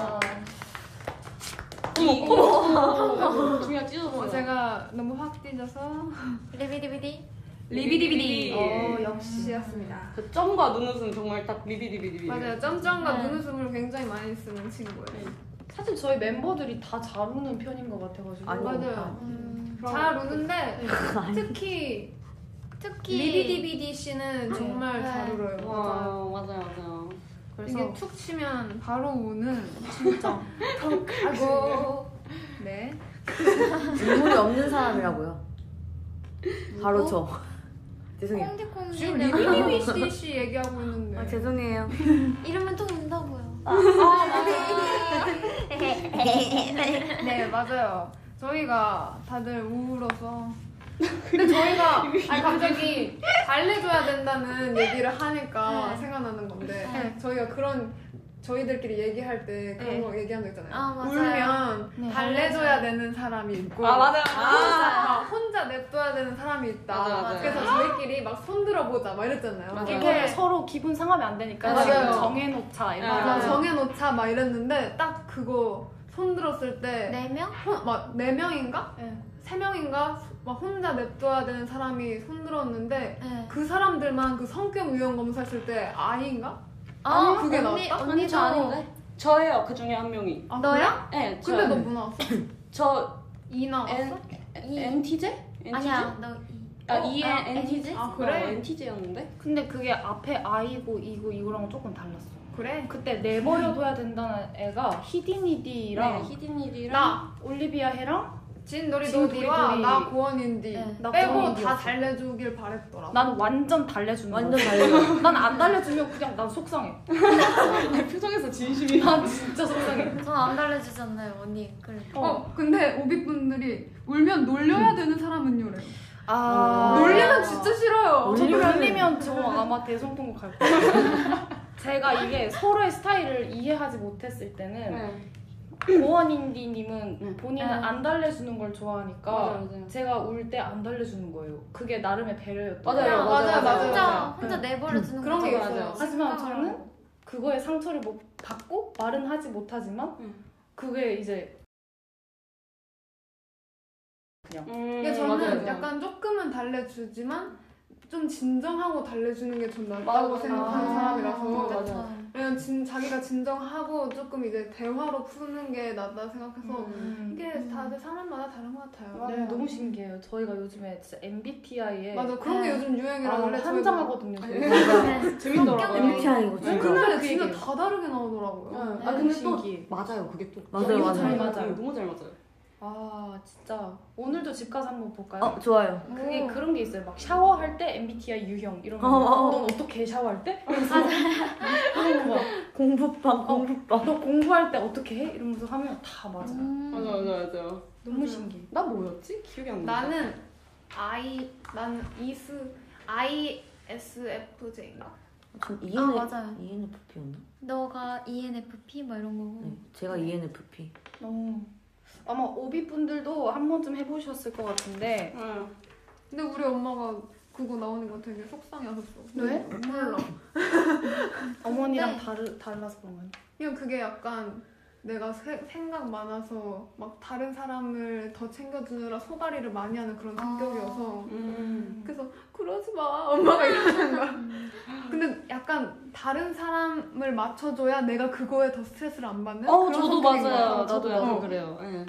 중요 찢어서.
어, 제가 너무 확 찢어서
리비디비디
리비디비디.
어, 역시였습니다.
그 점과 눈웃음 정말 딱 리비리비리비.
맞아요. 점점과
네.
눈웃음을 굉장히 많이 쓰는 친구예요.
사실 저희 멤버들이 다 잘 우는 편인 것 같아가지고 그러니까
아니,
맞아요.
음,
잘 우는데 특히
특히
네. 리비디비디 씨는 정말
네.
잘 울어요. 맞아요.
와, 맞아요, 맞아요.
이게
그래서
툭 치면 바로 우는 진짜 턱 가고 네
눈물이 없는 사람이라고요. 바로 저. 죄송해요.
콩디콩디
지금 리비디비디 씨 얘기하고 있는데
아, 죄송해요.
이러면 또 운다고요
네 맞아요. 저희가 다들 우울어서 근데 저희가 아니 갑자기 달래줘야 된다는 얘기를 하니까
네.
생각나는 건데
네.
저희가 그런 저희들끼리 얘기할 때 그런
네.
거 얘기한 적 있잖아요.
아, 맞아요. 네.
울면 달래줘야 되는 사람이 있고
아, 맞아요.
혼자, 혼자 냅둬야 되는 사람이 있다.
맞아요, 맞아요.
그래서 저희끼리 막 손들어 보자 막 이랬잖아요.
맞아요.
이렇게
네.
이게 서로 기분 상하면 안 되니까
맞아요. 네.
지금 정해놓자 이런
맞아요.
막 정해놓자 막 이랬는데 딱 그거 손들었을 때
네명
어, 막네 명인가?
네.
세 명인가? 막 혼자 냅둬야 되는 사람이 손들었는데
네.
그 사람들만 그 성격 유형 검사했을 때 아이인가?
아,
그게
언니,
나왔다?
언니 저
언니도
아닌데? 저예요, 그 중에 한 명이.
아,
너야?
네, 저.
그래? 근데 너뭐 나왔어?
저
이 나왔어?
N, NTJ? NTJ?
아니야 너 이-
아,
어,
E
아,
N NTJ?
아, 그래?
NTJ였는데?
근데 그게 앞에 I고 E고 이거랑 조금 달랐어
그래?
그때 내버려둬야 된다는 애가 히디니디랑
네, 히딘이랑
나
올리비아 해랑
진돌이
진돌이
노디와
노디.
나 고원인디
네.
나
빼고
고원인디였어.
다 달래주길 바랬더라.
난 완전 달래주는
완전 달려요.
난안 달래주면 그냥 난 속상해
표정에서 진심이.
난 진짜 속상해
저안 달래주잖아요 언니 그러니까
어, 근데 오빛분들이 울면 놀려야 되는 사람은 요래.
아
놀리면 진짜 싫어요.
저도 울리면 저 아마 대성통곡 갈 거예요 제가 이게 서로의 스타일을 이해하지 못했을 때는
네.
고원인디님은
응.
본인은
응.
안 달래주는 걸 좋아하니까
맞아요, 맞아요.
제가 울 때 안 달래주는 거예요 그게 나름의 배려였던
맞아요,
거예요.
맞아요, 맞아요.
혼자
맞아요.
혼자 내버려 두는
그런 게
거죠.
있어요.
하지만
생각을
저는 그거에 상처를 못 받고 말은 하지 못하지만
응.
그게 이제
음,
근데 저는
맞아요, 맞아요.
약간 조금은 달래주지만 좀 진정하고 달래주는 게 전 낫다고
맞아요.
생각하는
아,
사람이라서
맞아요.
그냥 진, 자기가 진정하고 조금 이제 대화로 푸는 게 낫다 생각해서
음,
어. 이게 다들 사람마다 다른 것 같아요. 네.
네, 너무 신기해요 저희가 요즘에 진짜 MBTI에
맞아 그런 게 요즘 유행이라 원래 저희도-
환장하거든요 저희가.
네.
재밌더라고요.
MBTI
네,
이거 어, 진짜.
근데
그
진짜
얘기예요.
다 다르게 나오더라고요. 네.
아, 근데 또
신기해.
맞아요, 그게 또.
맞아요,
너무 잘
맞아요.
맞아요. 너무 잘 맞아요.
아 진짜 오늘도 집 가서 한번 볼까요?
어, 좋아요.
그게 그런 게 있어요. 막 샤워할 때 MBTI 유형 이런 거.
어, 어, 어.
넌 어떻게 샤워할 때? 뭐 이러면서 막,
공부방, 공부방.
너 공부할 때 어떻게 해? 이러면서 하면 다 맞아. 요
음.
맞아요, 맞아요, 맞아요.
너무 신기해.
나 뭐였지? 기억이 안 나.
나는 I 나는 이스 I S F J인가?
전
아
EN,
맞아요
ENFP였나?
E
음.
너가 ENFP 뭐 이런 거고
E 네. 제가 ENFP.
어.
아마 오비 분들도 한 번쯤 해보셨을 것 같은데
응.
근데 우리 엄마가 그거 나오는 거 되게 속상해하셨어.
왜?
몰라.
어머니랑 다르, 달라서 그런 거예요.
그냥 그게 약간 내가 세- 생각 많아서 막 다른 사람을 더 챙겨주느라 소가리를 많이 하는 그런 성격이어서
음.
그래서 그러지 마 엄마가 이러는 거야. 근데 약간 다른 사람을 맞춰줘야 내가 그거에 더 스트레스를 안 받는.
어,
그런
저도
성격인
맞아요.
거야.
나도 약간
어.
그래요. 예.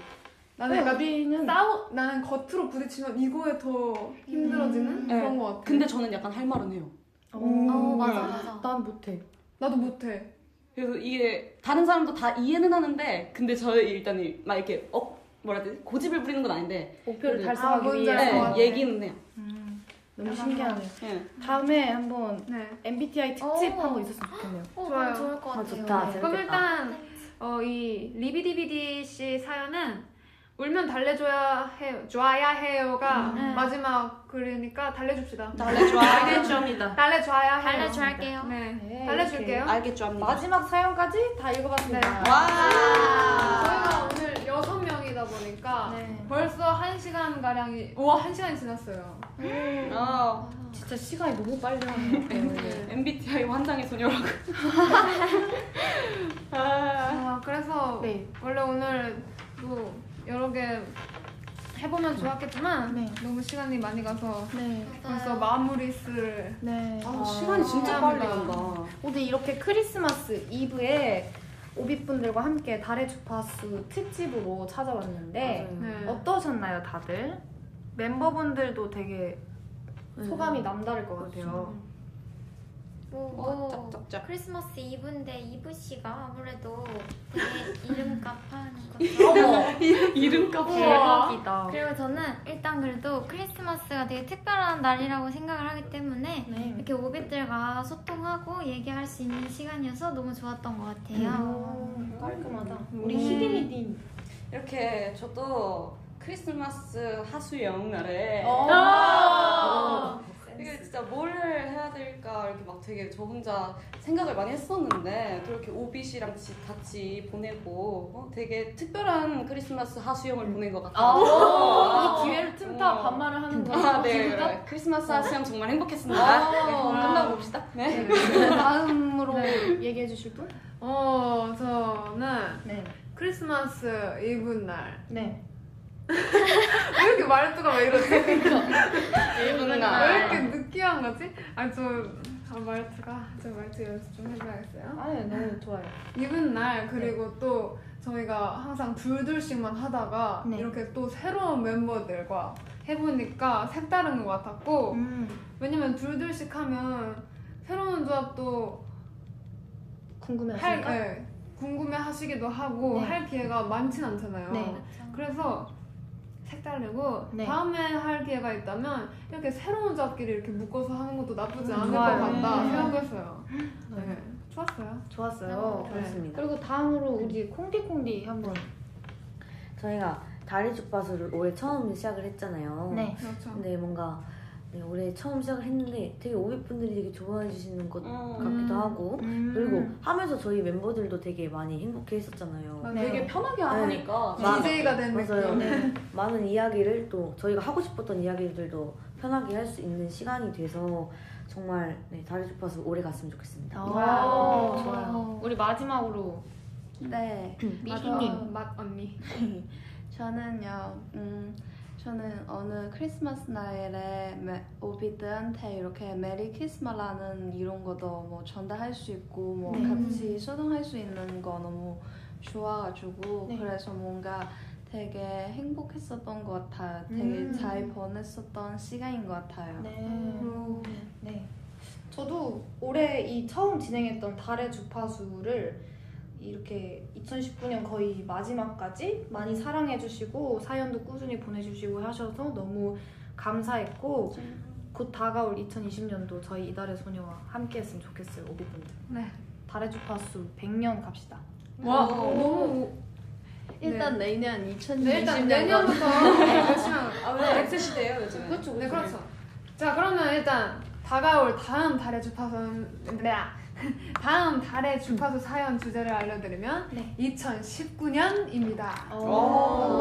나는
왜
약간
우리는
싸우 나는 겉으로 부딪히면 이거에 더 힘들어지는
네.
그런 거 같아.
근데 저는 약간 할 말은 해요.
어,
어 맞아 맞아.
난 못해.
나도 못해.
그래서 이게 다른 사람도 다 이해는 하는데 근데 저의 일단 이- 막 이렇게 어 뭐라 해야 되지 고집을 부리는 건 아닌데
목표를
네.
아,
달성하기
뭔지
위해
알 것
네,
같아.
얘기는 해요.
음. 너무 신기하네요.
예.
다음에 한번
네.
MBTI 특집
어.
한번 있었으면 좋겠네요.
어,
좋아요.
좋아요. 좋을 것
아,
같아요.
좋다.
네. 그럼
재밌겠다.
일단 어, 이 리비디비디 씨 사연은 울면 달래줘야 해요. 줘야 해요가
네.
음.
마지막 글이니까 달래줍시다.
달래줘. 알겠습니다.
달래줘야 해요.
달래줘 할게요.
네.
네,
달래줄게요.
알겠죠. 합니다.
마지막 사연까지 다 읽어봤습니다.
네. 저희가
와.
오늘 여섯 명이다 보니까
네.
벌써 한 시간 가량이 우와 한 시간이 지났어요.
어,
진짜 시간이 너무 빨리 가는 것
네.
같아요.
MBTI 환장의 소녀라고. 아.
아, 그래서
네.
원래 오늘 뭐 여러 개 해보면 좋았겠지만
네.
너무 시간이 많이 가서
네.
벌써 마무리를
네.
아, 시간이 진짜 빨리 간다.
오늘 이렇게 크리스마스 이브에 오빛분들과 함께 달의 주파수 특집으로 찾아왔는데
네.
어떠셨나요, 다들? 멤버분들도 되게
네.
소감이 남다를 것 같아요.
뭐,
어,
뭐
짭짭짭.
크리스마스 이브인데 이브 씨가 아무래도 되게 이름값 하는 것처럼
이름값.
대박이다.
그리고 저는 일단 그래도 크리스마스가 되게 특별한 날이라고 생각을 하기 때문에
네.
이렇게 오빛들과 소통하고 얘기할 수 있는 시간이어서 너무 좋았던 것
음.
같아요.
음,
깔끔하다.
우리
히딩히딩.
이렇게 저도 크리스마스 하수영 날에
어.
어.
이게 진짜 뭘 해야 될까 이렇게 막 되게 저 혼자 생각을 많이 했었는데 또 이렇게 오빛이랑 지- 같이 보내고 어, 되게 특별한 크리스마스 하수영을 보낸 것
어.
이
같아요.
기회를 틈타
어.
반말을 하는 거예요.
아, 네. 크리스마스 하수영 정말 행복했습니다. 네, 끝나고 봅시다. 네.
다음으로 얘기해 주실 분?
어, 저는
네.
크리스마스 이브 날.
네.
왜 이렇게 말투가 왜 이러지? 왜
일분
이렇게 느끼한 거지? 아, 저 아, 말투가. 저 말투 연습 좀 해봐야겠어요.
아유, 너무 좋아요.
이브 날, 그리고
네.
또 저희가 항상 둘둘씩만 하다가
네.
이렇게 또 새로운 멤버들과 해보니까 색다른 것
어.
같았고
음.
음.
왜냐면 둘둘씩 하면 새로운 조합도 할,
궁금해하십니까?
예, 궁금해하시기도 하고
네.
할 기회가 많진 않잖아요.
네.
그래서 색다르고
네.
다음에 할 기회가 있다면 이렇게 새로운 잡기를 이렇게 묶어서 하는 것도 나쁘지 않을
좋아요.
것 같다
네.
생각했어요. 네.
네.
좋았어요.
좋았어요. 네.
그렇습니다.
그리고 다음으로 우리 콩디콩디 한번.
저희가 다리 주파수를 올해 처음 시작을 했잖아요.
네.
그렇죠.
근데 뭔가 네, 올해 처음 시작을 했는데 되게 오빛분들이 되게 좋아해 주시는 것
음.
같기도 하고 그리고 하면서 저희 멤버들도 되게 많이 행복해 했었잖아요.
네.
맞아요.
되게 편하게 하니까
네. 마-
DJ가 된
맞아요.
느낌.
많은 이야기를 또 저희가 하고 싶었던 이야기들도 편하게 할 수 있는 시간이 돼서 정말 네, 다리 주파수 오래 갔으면 좋겠습니다.
아.
와, 네, 좋아요. 우리 마지막으로
네.
아,
미리님.
맛 언니.
저는요, 음, 저는 어느 크리스마스 날에 메- 오비들한테 이렇게 메리 크리스마라는 이런 것도 뭐 전달할 수 있고 뭐
네.
같이 소통할 수 있는 거 너무 좋아가지고
네.
그래서 뭔가 되게 행복했었던 것 같아요. 되게
음.
잘 보냈었던 시간인 것 같아요.
네.
음.
네. 저도 올해 이 처음 진행했던 달의 주파수를 이렇게 2019년 거의 마지막까지 많이 사랑해주시고 사연도 꾸준히 보내주시고 하셔서 너무 감사했고 곧 다가올 2020년도 저희 이달의 소녀와 함께했으면 좋겠어요 오비분들.
네.
달의 주파수 100년 갑시다.
와 너무
일단 내년
네, 일단
2020년
내년부터
네.
열심히 하는 거.
엑셀 시대예요 요즘.
네 그렇죠. 자 그러면 일단 다가올 다음 달의 주파수는 네, 다음 달의 주파수 사연 주제를 알려드리면 2019년입니다.
어.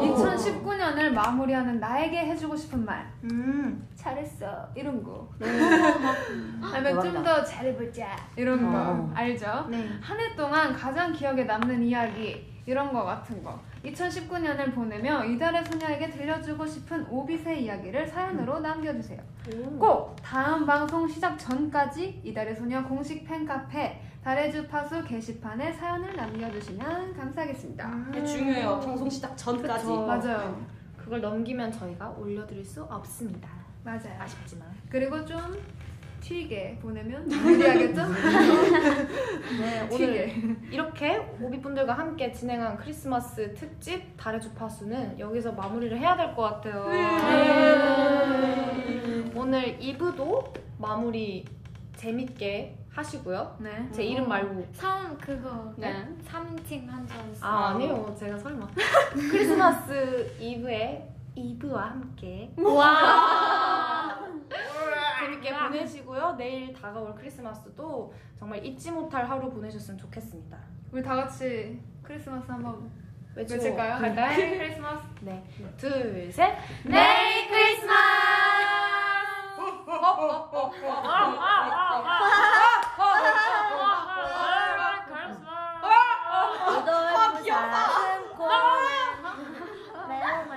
오.
2019년을 마무리하는 나에게 해주고 싶은 말.
음.
잘했어. 이런 거. 아니면
대박이다.
좀 더 잘해보자. 이런 거.
어.
알죠?
네.
한 해 동안 가장 기억에 남는 이야기 이런 거 같은 거 2019년을 보내며 이달의 소녀에게 들려주고 싶은 오빛의 이야기를
음.
사연으로 남겨주세요
음.
꼭 다음 방송 시작 전까지 이달의 소녀 공식 팬카페 달의 주파수 게시판에 사연을 남겨주시면 감사하겠습니다
음.
음.
이게 중요해요. 방송 시작 전까지.
맞아요
그걸 넘기면 저희가 올려드릴 수 없습니다.
맞아요
아쉽지만.
그리고 좀 튀게 보내면 무리하겠죠?
네, 오늘
튀게
이렇게 오비분들과 함께 진행한 크리스마스 특집 달의 주파수는 여기서 마무리를 해야 될 것 같아요. 네. 오늘 2부도 마무리 재밌게 하시고요.
네.
제 이름 말고.
삼 그거
네.
삼인칭 한줄
아, 아니요. 제가 설마. 크리스마스 이브에 이브와 함께 재밌게 보내시고요. 내일 다가올 크리스마스도 정말 잊지 못할 하루 보내셨으면 좋겠습니다.
우리 다 같이 크리스마스 한번
외치고
외칠까요?
갈까요?
메리 크리스마스
네. 둘, 셋.
메리 크리스마스
아 귀엽다. 매운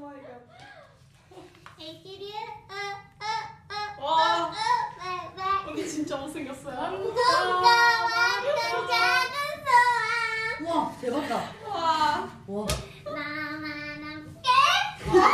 걸
애기리야 와
언니 진짜 못생겼어요. 아.
누가 왔던 작은 소아
와 대박다. 와.
나만 함께